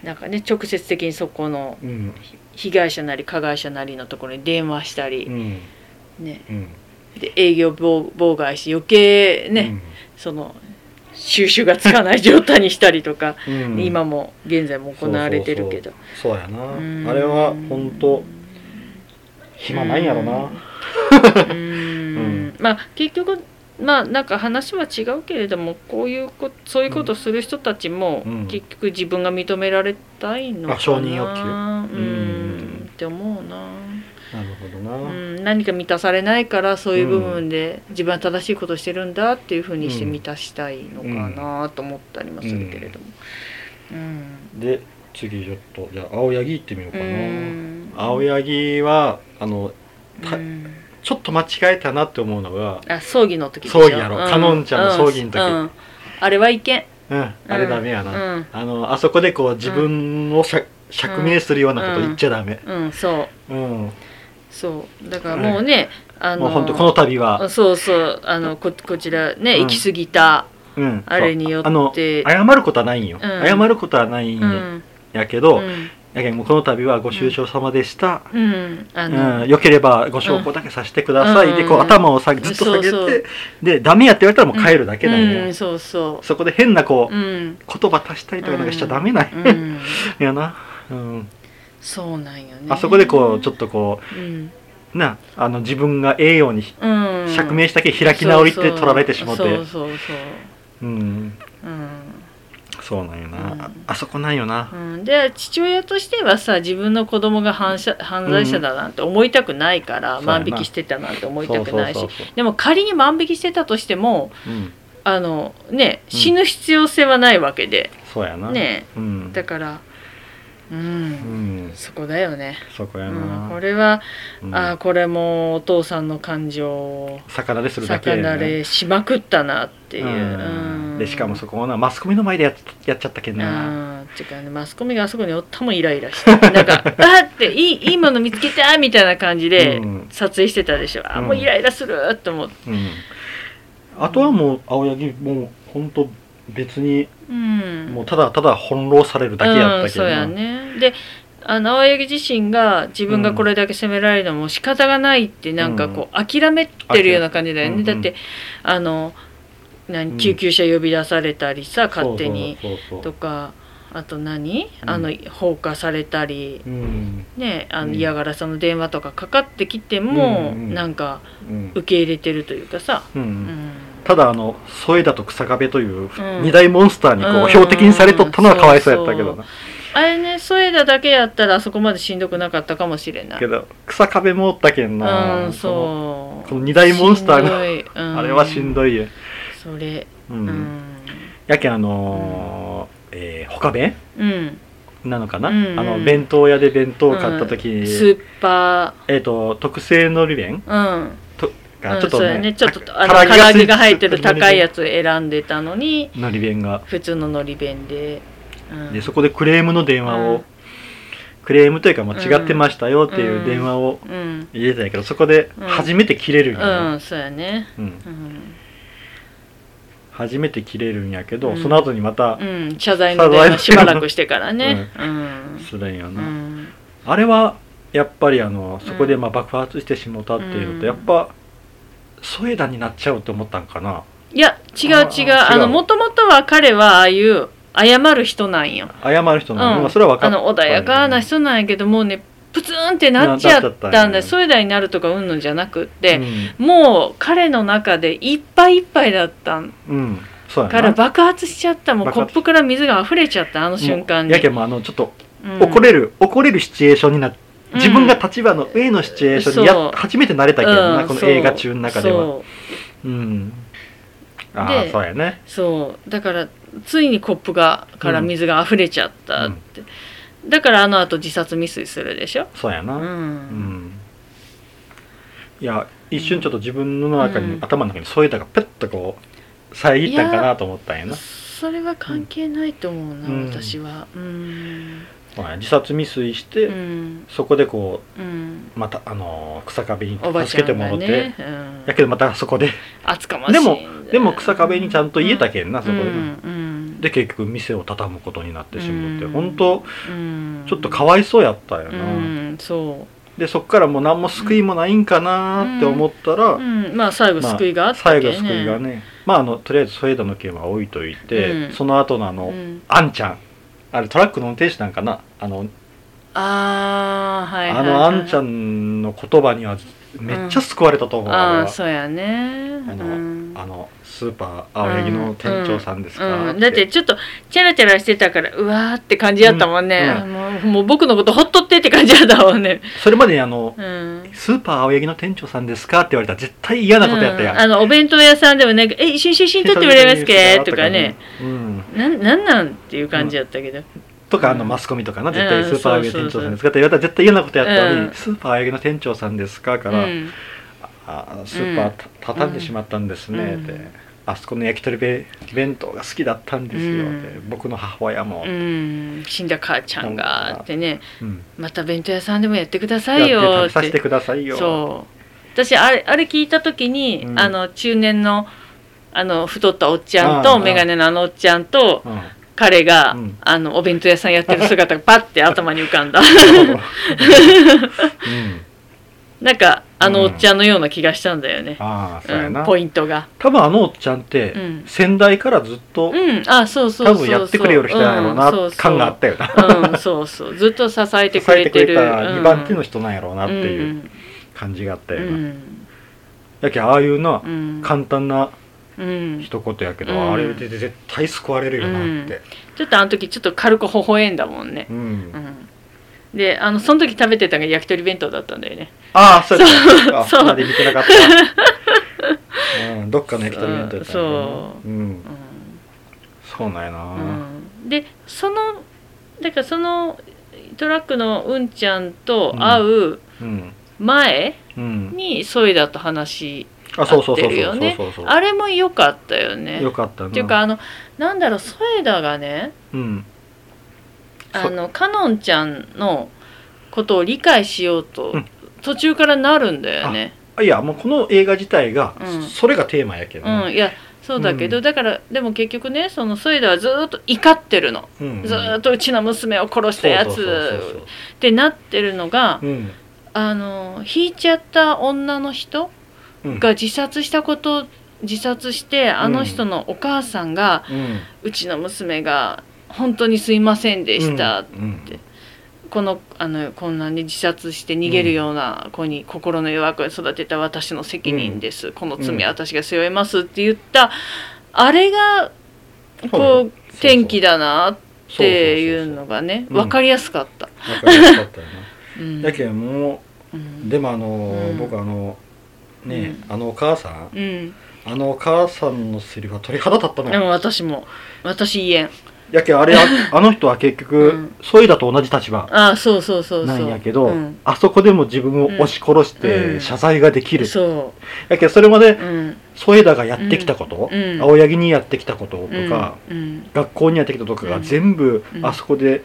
[SPEAKER 2] なんかね直接的にそこの
[SPEAKER 1] うん
[SPEAKER 2] 被害者なり加害者なりのところに電話した
[SPEAKER 1] う
[SPEAKER 2] り、
[SPEAKER 1] ん
[SPEAKER 2] ね、
[SPEAKER 1] うん
[SPEAKER 2] で営業妨妨害し余計ね、その収集がつかない状態にしたりとか、
[SPEAKER 1] うんうん
[SPEAKER 2] 今も現在も行われてるけど。
[SPEAKER 1] そうやな
[SPEAKER 2] うん
[SPEAKER 1] あれは本当暇ないんやろな
[SPEAKER 2] うん
[SPEAKER 1] ん
[SPEAKER 2] まあ結局まあなんか話は違うけれどもこういうこそういうことする人たちも
[SPEAKER 1] うん
[SPEAKER 2] 結局自分が認められたいのかな、
[SPEAKER 1] あ承認欲求
[SPEAKER 2] う
[SPEAKER 1] うん
[SPEAKER 2] んって思うな、
[SPEAKER 1] なるほどな、
[SPEAKER 2] うん、何か満たされないからそういう部分で自分は正しいことしてるんだっていうふうにして満たしたいのかなと思ったりもするけれどもうん
[SPEAKER 1] で次ちょっとじゃあ青柳行ってみようか
[SPEAKER 2] う
[SPEAKER 1] な、
[SPEAKER 2] ん
[SPEAKER 1] 青柳はあのた
[SPEAKER 2] うん
[SPEAKER 1] ちょっと間違えたなって思うのが、
[SPEAKER 2] あ葬儀の時でしょ
[SPEAKER 1] 葬儀やろ
[SPEAKER 2] う
[SPEAKER 1] カノンちゃんの葬儀の時
[SPEAKER 2] うんあれはいけん
[SPEAKER 1] うん、あれダメやな、
[SPEAKER 2] うん
[SPEAKER 1] あのあそこでこう自分をしゃ、釈明するようなこと言っちゃダメ、
[SPEAKER 2] うん、そう
[SPEAKER 1] うん
[SPEAKER 2] そうだからもうね、あ
[SPEAKER 1] も
[SPEAKER 2] の
[SPEAKER 1] う本当この度は、
[SPEAKER 2] そうそうあのここちらね、
[SPEAKER 1] うん
[SPEAKER 2] 行き過ぎた
[SPEAKER 1] うん、
[SPEAKER 2] あれによって
[SPEAKER 1] あの謝ることはないんよ、
[SPEAKER 2] ん
[SPEAKER 1] 謝ることはないん
[SPEAKER 2] う
[SPEAKER 1] や
[SPEAKER 2] ん
[SPEAKER 1] やけど、
[SPEAKER 2] うん
[SPEAKER 1] やけんもうこの度はご愁傷様でした、
[SPEAKER 2] うんあの、
[SPEAKER 1] うん、よければご証拠だけさせてください、
[SPEAKER 2] うん
[SPEAKER 1] でこう頭をさずっと下げて
[SPEAKER 2] そうそう
[SPEAKER 1] でダメやって言われたらもう帰るだけだよ、
[SPEAKER 2] うんそうそ
[SPEAKER 1] そこで変なこ
[SPEAKER 2] う
[SPEAKER 1] う、
[SPEAKER 2] うん
[SPEAKER 1] 言葉足したりとかなんかしちゃダメない、
[SPEAKER 2] うん
[SPEAKER 1] やな、うん、
[SPEAKER 2] そうなんよね
[SPEAKER 1] あそこでこうちょっとこ
[SPEAKER 2] うん、
[SPEAKER 1] うなあの自分が栄養に
[SPEAKER 2] うん、
[SPEAKER 1] 釈明したけ開き直りって取られてしまって
[SPEAKER 2] そうそうそう
[SPEAKER 1] うん
[SPEAKER 2] そううん
[SPEAKER 1] そうなんよな、
[SPEAKER 2] うん
[SPEAKER 1] ああそこなんよな
[SPEAKER 2] うん、で父親としてはさ自分の子供が犯者犯罪者だなんて思いたくないから、
[SPEAKER 1] そうや
[SPEAKER 2] 万
[SPEAKER 1] な
[SPEAKER 2] 引きしてたなんて思い
[SPEAKER 1] そ
[SPEAKER 2] た
[SPEAKER 1] う
[SPEAKER 2] く
[SPEAKER 1] そ
[SPEAKER 2] な
[SPEAKER 1] う
[SPEAKER 2] い
[SPEAKER 1] そ
[SPEAKER 2] し
[SPEAKER 1] うそう
[SPEAKER 2] でも仮に万引きしてたとしても
[SPEAKER 1] うん
[SPEAKER 2] あのね
[SPEAKER 1] うん
[SPEAKER 2] 死ぬ必要性はないわけで、
[SPEAKER 1] そうやな
[SPEAKER 2] ね
[SPEAKER 1] うん
[SPEAKER 2] だからうん、
[SPEAKER 1] うん
[SPEAKER 2] そこだよね、
[SPEAKER 1] そこ
[SPEAKER 2] う
[SPEAKER 1] や
[SPEAKER 2] ん、こ
[SPEAKER 1] な、
[SPEAKER 2] れは、
[SPEAKER 1] うん
[SPEAKER 2] あーこれもお父さんの感情を
[SPEAKER 1] 逆られするだけ
[SPEAKER 2] 逆
[SPEAKER 1] やな
[SPEAKER 2] なれしまくったなっていう、
[SPEAKER 1] うん
[SPEAKER 2] うん
[SPEAKER 1] でしかもそこもなマスコミの前でやっやっちゃったけんな、
[SPEAKER 2] あーてかねマスコミがあそこにおったもんイライ ラしてなんか「あっ!」っていい「いいもの見つけた!」みたいな感じで
[SPEAKER 1] うん
[SPEAKER 2] 撮影してたでしょ、あ
[SPEAKER 1] うん
[SPEAKER 2] もうイライラすると思って、
[SPEAKER 1] うん、あとはもう青柳もう本当別に
[SPEAKER 2] うん、
[SPEAKER 1] もうただただ翻弄されるだけやったけど
[SPEAKER 2] うん、そうやねであの青柳自身が自分がこれだけ責められるのも仕方がないってなんかこう諦めてるような感じだよね、
[SPEAKER 1] うん
[SPEAKER 2] だってあの
[SPEAKER 1] う
[SPEAKER 2] 何
[SPEAKER 1] ん
[SPEAKER 2] 救急車呼び出されたりさ勝手に
[SPEAKER 1] そうそうそうそ
[SPEAKER 2] と
[SPEAKER 1] う
[SPEAKER 2] かあと何、
[SPEAKER 1] うん
[SPEAKER 2] あの放火されたり
[SPEAKER 1] うん
[SPEAKER 2] ね、あ
[SPEAKER 1] う
[SPEAKER 2] の
[SPEAKER 1] ん
[SPEAKER 2] 嫌がらせの電話とかかかってきても、
[SPEAKER 1] うんうん
[SPEAKER 2] なんか
[SPEAKER 1] うん
[SPEAKER 2] 受け入れてるというかさ、
[SPEAKER 1] うん
[SPEAKER 2] うん
[SPEAKER 1] ただあの添枝と草壁という
[SPEAKER 2] うん
[SPEAKER 1] 二大モンスターにこう、
[SPEAKER 2] うん
[SPEAKER 1] 標的にされとったのはかわいそうやったけどな、
[SPEAKER 2] あれね添田だけやったらあそこまでしんどくなかったかもしれない
[SPEAKER 1] けど草壁もおったけんな、
[SPEAKER 2] うん
[SPEAKER 1] の
[SPEAKER 2] そう
[SPEAKER 1] この二大モンスターが
[SPEAKER 2] しんどいうん
[SPEAKER 1] あれはしんどいよ、
[SPEAKER 2] それ
[SPEAKER 1] う
[SPEAKER 2] うんん
[SPEAKER 1] やけんあのーえー他弁
[SPEAKER 2] うん、
[SPEAKER 1] なのかな、
[SPEAKER 2] うんうん
[SPEAKER 1] あの弁当屋で弁当を買った時に、
[SPEAKER 2] うんスーパ
[SPEAKER 1] えっ、と特製のり弁
[SPEAKER 2] ーうん
[SPEAKER 1] が
[SPEAKER 2] うん
[SPEAKER 1] ちょっと
[SPEAKER 2] そ
[SPEAKER 1] ね,
[SPEAKER 2] う
[SPEAKER 1] あ、
[SPEAKER 2] やねちょっとあの唐揚げが入ってる高いやつを選んでたのに
[SPEAKER 1] のり弁が
[SPEAKER 2] 普通ののり弁で、うん、
[SPEAKER 1] でそこでクレームの電話を、
[SPEAKER 2] うん
[SPEAKER 1] クレームというかもう違ってましたよっていううん電話を
[SPEAKER 2] うん
[SPEAKER 1] 入れたんやけどそこで
[SPEAKER 2] うん
[SPEAKER 1] 初めて切れるんや
[SPEAKER 2] う
[SPEAKER 1] な、
[SPEAKER 2] んそうやね
[SPEAKER 1] うん
[SPEAKER 2] うん
[SPEAKER 1] 初めて切れるんやけど、
[SPEAKER 2] うん
[SPEAKER 1] その後にまた
[SPEAKER 2] うん、謝罪の電話しばらくしてからね。うん。
[SPEAKER 1] するんや
[SPEAKER 2] う
[SPEAKER 1] な、
[SPEAKER 2] ん。
[SPEAKER 1] あれはやっぱりあのそこでまあ爆発してしもうたっていうのと、
[SPEAKER 2] うん
[SPEAKER 1] やっぱ添田になっちゃうと思ったんかない
[SPEAKER 2] や、違う
[SPEAKER 1] あ
[SPEAKER 2] 違
[SPEAKER 1] ー
[SPEAKER 2] う。あ
[SPEAKER 1] 違う
[SPEAKER 2] の、もともとは彼はああいう謝る人なんよ。
[SPEAKER 1] 謝る人なの、
[SPEAKER 2] うん
[SPEAKER 1] まあそれは分か
[SPEAKER 2] あ
[SPEAKER 1] った
[SPEAKER 2] の、穏やかな人なんやけど、もうね、プツンってなっち
[SPEAKER 1] な
[SPEAKER 2] ゃっ
[SPEAKER 1] っちゃった
[SPEAKER 2] た
[SPEAKER 1] ん
[SPEAKER 2] ん
[SPEAKER 1] や
[SPEAKER 2] だよ。そういう代になるとかうんのじゃなくっ
[SPEAKER 1] う
[SPEAKER 2] て、
[SPEAKER 1] ん
[SPEAKER 2] もう彼の中でいっぱいいっぱいだったん
[SPEAKER 1] うん、そうやな
[SPEAKER 2] から爆発しちゃった。もう
[SPEAKER 1] 爆
[SPEAKER 2] コ
[SPEAKER 1] 発
[SPEAKER 2] ップから水が溢れちゃった、あの瞬間に。
[SPEAKER 1] やけんもあのちょっと
[SPEAKER 2] うん
[SPEAKER 1] 怒れる、怒れるシチュエーションになっ
[SPEAKER 2] うん
[SPEAKER 1] 自分が立場の上のシチュエーションに
[SPEAKER 2] そ
[SPEAKER 1] や
[SPEAKER 2] う
[SPEAKER 1] 初めて慣れたけどな、
[SPEAKER 2] うん
[SPEAKER 1] この
[SPEAKER 2] そう
[SPEAKER 1] 映画中の中では
[SPEAKER 2] そう
[SPEAKER 1] うんああ
[SPEAKER 2] で
[SPEAKER 1] そうやね
[SPEAKER 2] そうだからついにコップがから水が溢れちゃったって、だからあのあと自殺未遂するでしょ、
[SPEAKER 1] そうやな
[SPEAKER 2] う
[SPEAKER 1] うん、
[SPEAKER 2] ん
[SPEAKER 1] いや一瞬ちょっと自分の中に、
[SPEAKER 2] うん
[SPEAKER 1] 頭の中にそういうたがペッとこう遮ったんかなと思ったんやな
[SPEAKER 2] それは関係ないと思うな、
[SPEAKER 1] うん
[SPEAKER 2] 私はうん
[SPEAKER 1] まあ自殺未遂して、
[SPEAKER 2] うん
[SPEAKER 1] そこでこ
[SPEAKER 2] うん
[SPEAKER 1] うまたあのー草壁に
[SPEAKER 2] おばち
[SPEAKER 1] 助け
[SPEAKER 2] ゃ
[SPEAKER 1] て
[SPEAKER 2] ん
[SPEAKER 1] も
[SPEAKER 2] が
[SPEAKER 1] ろて、
[SPEAKER 2] ね、う
[SPEAKER 1] や
[SPEAKER 2] ん、
[SPEAKER 1] けどまたそこで
[SPEAKER 2] 厚かましい
[SPEAKER 1] でもでも草壁にちゃんと言えたけ
[SPEAKER 2] け
[SPEAKER 1] んな、
[SPEAKER 2] ど
[SPEAKER 1] そこで、
[SPEAKER 2] うんうん、
[SPEAKER 1] で結局店を畳むことになってしまって、
[SPEAKER 2] うん
[SPEAKER 1] 本当
[SPEAKER 2] うん、
[SPEAKER 1] ちょっとかわいそうやったよ
[SPEAKER 2] う
[SPEAKER 1] な、
[SPEAKER 2] んそ
[SPEAKER 1] でそっからもう何も救いもないんかなって思ったら、
[SPEAKER 2] う、うん、まあ最後
[SPEAKER 1] まあ
[SPEAKER 2] 救いがあった
[SPEAKER 1] 最
[SPEAKER 2] け
[SPEAKER 1] 後
[SPEAKER 2] ど、ね
[SPEAKER 1] 救いがねまああのとりあえず添田の件は置いといて、
[SPEAKER 2] うん
[SPEAKER 1] その後のあの、
[SPEAKER 2] うん、
[SPEAKER 1] あんちゃんあれトラックの運転手なんかなあの、
[SPEAKER 2] ああはいはい、はい、
[SPEAKER 1] あのあんちゃんの言葉にはめっちゃ救われたと思う、あれ
[SPEAKER 2] ああ
[SPEAKER 1] は
[SPEAKER 2] そうやね
[SPEAKER 1] あの
[SPEAKER 2] うんうん
[SPEAKER 1] あのスーパー青柳の店長さんですか、
[SPEAKER 2] うん、だってちょっとチャラチャラしてたからうわーって感じだったもんね、
[SPEAKER 1] う
[SPEAKER 2] あもうもう僕のことほっとってって感じだったもんね、
[SPEAKER 1] それまでにあの、
[SPEAKER 2] うん、
[SPEAKER 1] スーパー青柳の店長さんですか?」って言われたら絶対嫌なことやったやん、
[SPEAKER 2] うんあのお弁当屋さんでもなんか「え一緒に写真撮ってもらえますか?」とかね
[SPEAKER 1] うん、
[SPEAKER 2] 「なんなんなん?」っていう感じやったけど、
[SPEAKER 1] とかあのマスコミとかな絶対
[SPEAKER 2] うん
[SPEAKER 1] スーパー青柳の店長さんですかって言われたら絶対嫌なことやったのに、
[SPEAKER 2] うん
[SPEAKER 1] スーパー青柳の店長さんですかか
[SPEAKER 2] う
[SPEAKER 1] ら、
[SPEAKER 2] ん
[SPEAKER 1] ああのスーパーた畳んでしまったんですね」って、
[SPEAKER 2] うん
[SPEAKER 1] あそこの焼き鳥べ弁当が好きだったんですよ」
[SPEAKER 2] う
[SPEAKER 1] っ
[SPEAKER 2] ん
[SPEAKER 1] て、僕の母親も、
[SPEAKER 2] うん死んだ母ちゃんがってね
[SPEAKER 1] うん
[SPEAKER 2] また弁当屋さんでもやってくだ
[SPEAKER 1] や
[SPEAKER 2] さ
[SPEAKER 1] っ
[SPEAKER 2] い
[SPEAKER 1] て食
[SPEAKER 2] よ
[SPEAKER 1] べさせてくださいよ
[SPEAKER 2] そう私あれあれ聞いた時に、
[SPEAKER 1] うん
[SPEAKER 2] あの中年のあの太ったおっちゃん
[SPEAKER 1] ああ
[SPEAKER 2] と眼鏡のあのおっちゃんと
[SPEAKER 1] うん
[SPEAKER 2] 彼が、
[SPEAKER 1] うん
[SPEAKER 2] あのお弁当屋さんやってる 姿がパッて頭に浮かんだ
[SPEAKER 1] うん、
[SPEAKER 2] なんかあのお
[SPEAKER 1] うん
[SPEAKER 2] っちゃんのような気がしたんだよね、
[SPEAKER 1] ああそう
[SPEAKER 2] う
[SPEAKER 1] や
[SPEAKER 2] ん
[SPEAKER 1] な、
[SPEAKER 2] ポイントが
[SPEAKER 1] 多分あのおっちゃんって、
[SPEAKER 2] うん
[SPEAKER 1] 先代からずっと、
[SPEAKER 2] うんあそうそうそう
[SPEAKER 1] 多
[SPEAKER 2] そう
[SPEAKER 1] 分やってくれよる人なんやろうな、
[SPEAKER 2] うんそうそう
[SPEAKER 1] 感があったよな
[SPEAKER 2] うんそうそうずっと支えて
[SPEAKER 1] 支
[SPEAKER 2] く
[SPEAKER 1] え
[SPEAKER 2] れ
[SPEAKER 1] て
[SPEAKER 2] て
[SPEAKER 1] くれ
[SPEAKER 2] る
[SPEAKER 1] た2番手の人
[SPEAKER 2] 人
[SPEAKER 1] なんやろうな
[SPEAKER 2] だ
[SPEAKER 1] っていううん感じがあった
[SPEAKER 2] う
[SPEAKER 1] よな、
[SPEAKER 2] ん
[SPEAKER 1] やけんああいうな、
[SPEAKER 2] うん
[SPEAKER 1] 簡単な
[SPEAKER 2] うん
[SPEAKER 1] 一言やけど、
[SPEAKER 2] うん
[SPEAKER 1] あれで絶対救われるよなって、
[SPEAKER 2] ちょっとあの時ちょっと軽く微笑んだもんね
[SPEAKER 1] うん
[SPEAKER 2] うんであのその時食べてたのが焼き鳥弁当だったんだよね
[SPEAKER 1] ああそうやったあ
[SPEAKER 2] そう
[SPEAKER 1] そまで見てなかった、うん、どっかの焼き鳥弁当やったんやけどな
[SPEAKER 2] そううんう
[SPEAKER 1] そうなんやな、
[SPEAKER 2] ん、うん、でそのだからそのトラックのうんちゃんと会う
[SPEAKER 1] うん
[SPEAKER 2] 前
[SPEAKER 1] うん
[SPEAKER 2] にソイダと話
[SPEAKER 1] あそうそうそ
[SPEAKER 2] 合っ
[SPEAKER 1] う
[SPEAKER 2] てるよ
[SPEAKER 1] そう
[SPEAKER 2] ね
[SPEAKER 1] そうそう
[SPEAKER 2] あれも良かったよね
[SPEAKER 1] よかったな
[SPEAKER 2] っていうかあのなんだろうソエダがね
[SPEAKER 1] うん
[SPEAKER 2] あのカノンちゃんのことを理解しようと、
[SPEAKER 1] うん
[SPEAKER 2] 途中からなるんだよね。
[SPEAKER 1] あいやもうこの映画自体が、
[SPEAKER 2] うん
[SPEAKER 1] それがテーマやけど
[SPEAKER 2] うん、いやそうだけど、
[SPEAKER 1] うん
[SPEAKER 2] だからでも結局ねそのソエダはずーっと怒ってるの、
[SPEAKER 1] うん
[SPEAKER 2] ずーっとうちの娘を殺したや
[SPEAKER 1] そうそうそうそ
[SPEAKER 2] つってなってるのが、
[SPEAKER 1] ううん
[SPEAKER 2] あの引いちゃった女の人
[SPEAKER 1] うん
[SPEAKER 2] が自殺したこと自殺してあの人のお母さんが、
[SPEAKER 1] うん
[SPEAKER 2] うちの娘が本当にすいませんでした、
[SPEAKER 1] うん
[SPEAKER 2] このあのこんなに自殺して逃げるような子に心の弱く育てた私の責任です、この罪は私が背負いますって言った、あれがこう天気
[SPEAKER 1] だ
[SPEAKER 2] だなっていうのがね
[SPEAKER 1] そうそうそうそううん
[SPEAKER 2] 分かりやすかった。うん
[SPEAKER 1] だけども
[SPEAKER 2] う
[SPEAKER 1] うんでもあのー
[SPEAKER 2] うん
[SPEAKER 1] 僕あのね
[SPEAKER 2] う
[SPEAKER 1] あのお母さん
[SPEAKER 2] うん、
[SPEAKER 1] あのお母さんのセリフは鳥肌立ったの
[SPEAKER 2] で
[SPEAKER 1] よ
[SPEAKER 2] も私も私言えん
[SPEAKER 1] やけんあれああの人は結
[SPEAKER 2] う
[SPEAKER 1] 局
[SPEAKER 2] ん
[SPEAKER 1] ソイだと同じ立場
[SPEAKER 2] ああそうそうそうそ
[SPEAKER 1] な
[SPEAKER 2] う
[SPEAKER 1] んやけど
[SPEAKER 2] うん
[SPEAKER 1] あそこでも自分を押し殺し
[SPEAKER 2] うん
[SPEAKER 1] て謝罪ができる
[SPEAKER 2] そ
[SPEAKER 1] やけんそれまで
[SPEAKER 2] う、うん、
[SPEAKER 1] ソエダがやってきたこと、
[SPEAKER 2] うんうん
[SPEAKER 1] 青柳にやってきたこととか、
[SPEAKER 2] うん
[SPEAKER 1] 学校にやってきたこととか
[SPEAKER 2] う
[SPEAKER 1] が
[SPEAKER 2] ん
[SPEAKER 1] 全部
[SPEAKER 2] うん
[SPEAKER 1] あそこで